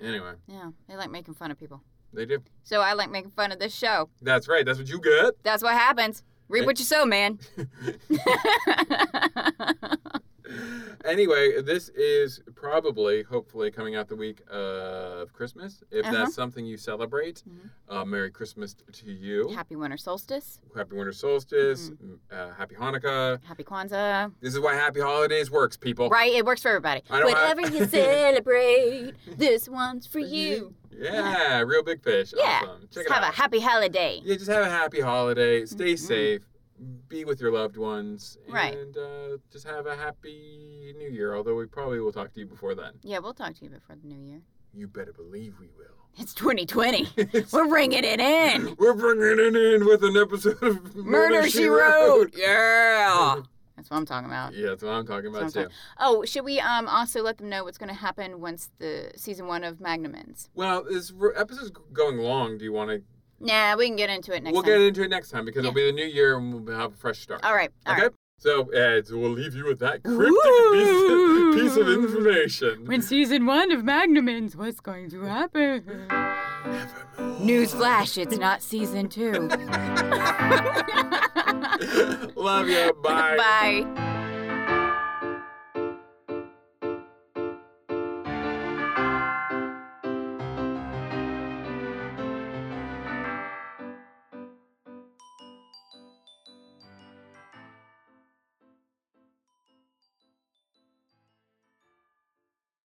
Speaker 1: anyway,
Speaker 2: Yeah, they like making fun of people.
Speaker 1: they do.
Speaker 2: So I like making fun of this show.
Speaker 1: That's right. That's what you get.
Speaker 2: That's what happens. Reap what you sow, man.
Speaker 1: anyway, this is probably, hopefully, coming out the week of Christmas. If
Speaker 2: Uh-huh.
Speaker 1: that's something you celebrate,
Speaker 2: Mhm.
Speaker 1: uh, Merry Christmas to you.
Speaker 2: Happy winter solstice.
Speaker 1: Happy Winter Solstice.
Speaker 2: Mm-hmm.
Speaker 1: m Uh, happy Hanukkah.
Speaker 2: Happy Kwanzaa.
Speaker 1: This is why Happy Holidays works, people.
Speaker 2: Right? It works for everybody.
Speaker 1: I don't
Speaker 2: Whatever
Speaker 1: have-
Speaker 2: you celebrate, this one's for you.
Speaker 1: Yeah, real big fish.
Speaker 2: Yeah.
Speaker 1: Awesome. Check
Speaker 2: Just
Speaker 1: it
Speaker 2: have
Speaker 1: out.
Speaker 2: a happy holiday.
Speaker 1: yeah, just have a happy holiday. Stay
Speaker 2: Mhm.
Speaker 1: safe. Be with your loved ones.
Speaker 2: Right.
Speaker 1: And uh, just have a happy new year, although we probably will talk to you before then.
Speaker 2: Yeah, we'll talk to you before the new year.
Speaker 1: You better believe we will.
Speaker 2: It's 2020. We're ringing it in.
Speaker 1: We're bringing it in with an episode of
Speaker 2: Murder, She, Wrote. Yeah. That's what I'm talking about.
Speaker 1: Yeah, that's what I'm talking about
Speaker 2: Sounds like-
Speaker 1: too.
Speaker 2: Oh, should we um also let them know what's going to happen once the season one of Magnum ends?
Speaker 1: Well, this re- episode's g- going long. Do you want to?
Speaker 2: Nah, we can get into it next
Speaker 1: We'll
Speaker 2: time.
Speaker 1: get into it next time because it'll be the new year and we'll have a fresh start.
Speaker 2: All right. all
Speaker 1: okay.
Speaker 2: right.
Speaker 1: So, uh, so we'll leave you with that cryptic
Speaker 2: Ooh.
Speaker 1: piece, piece of information.
Speaker 2: When season one of Magnum ends, what's going to happen? Newsflash, it's not season two.
Speaker 1: Love you. Bye.
Speaker 2: Bye.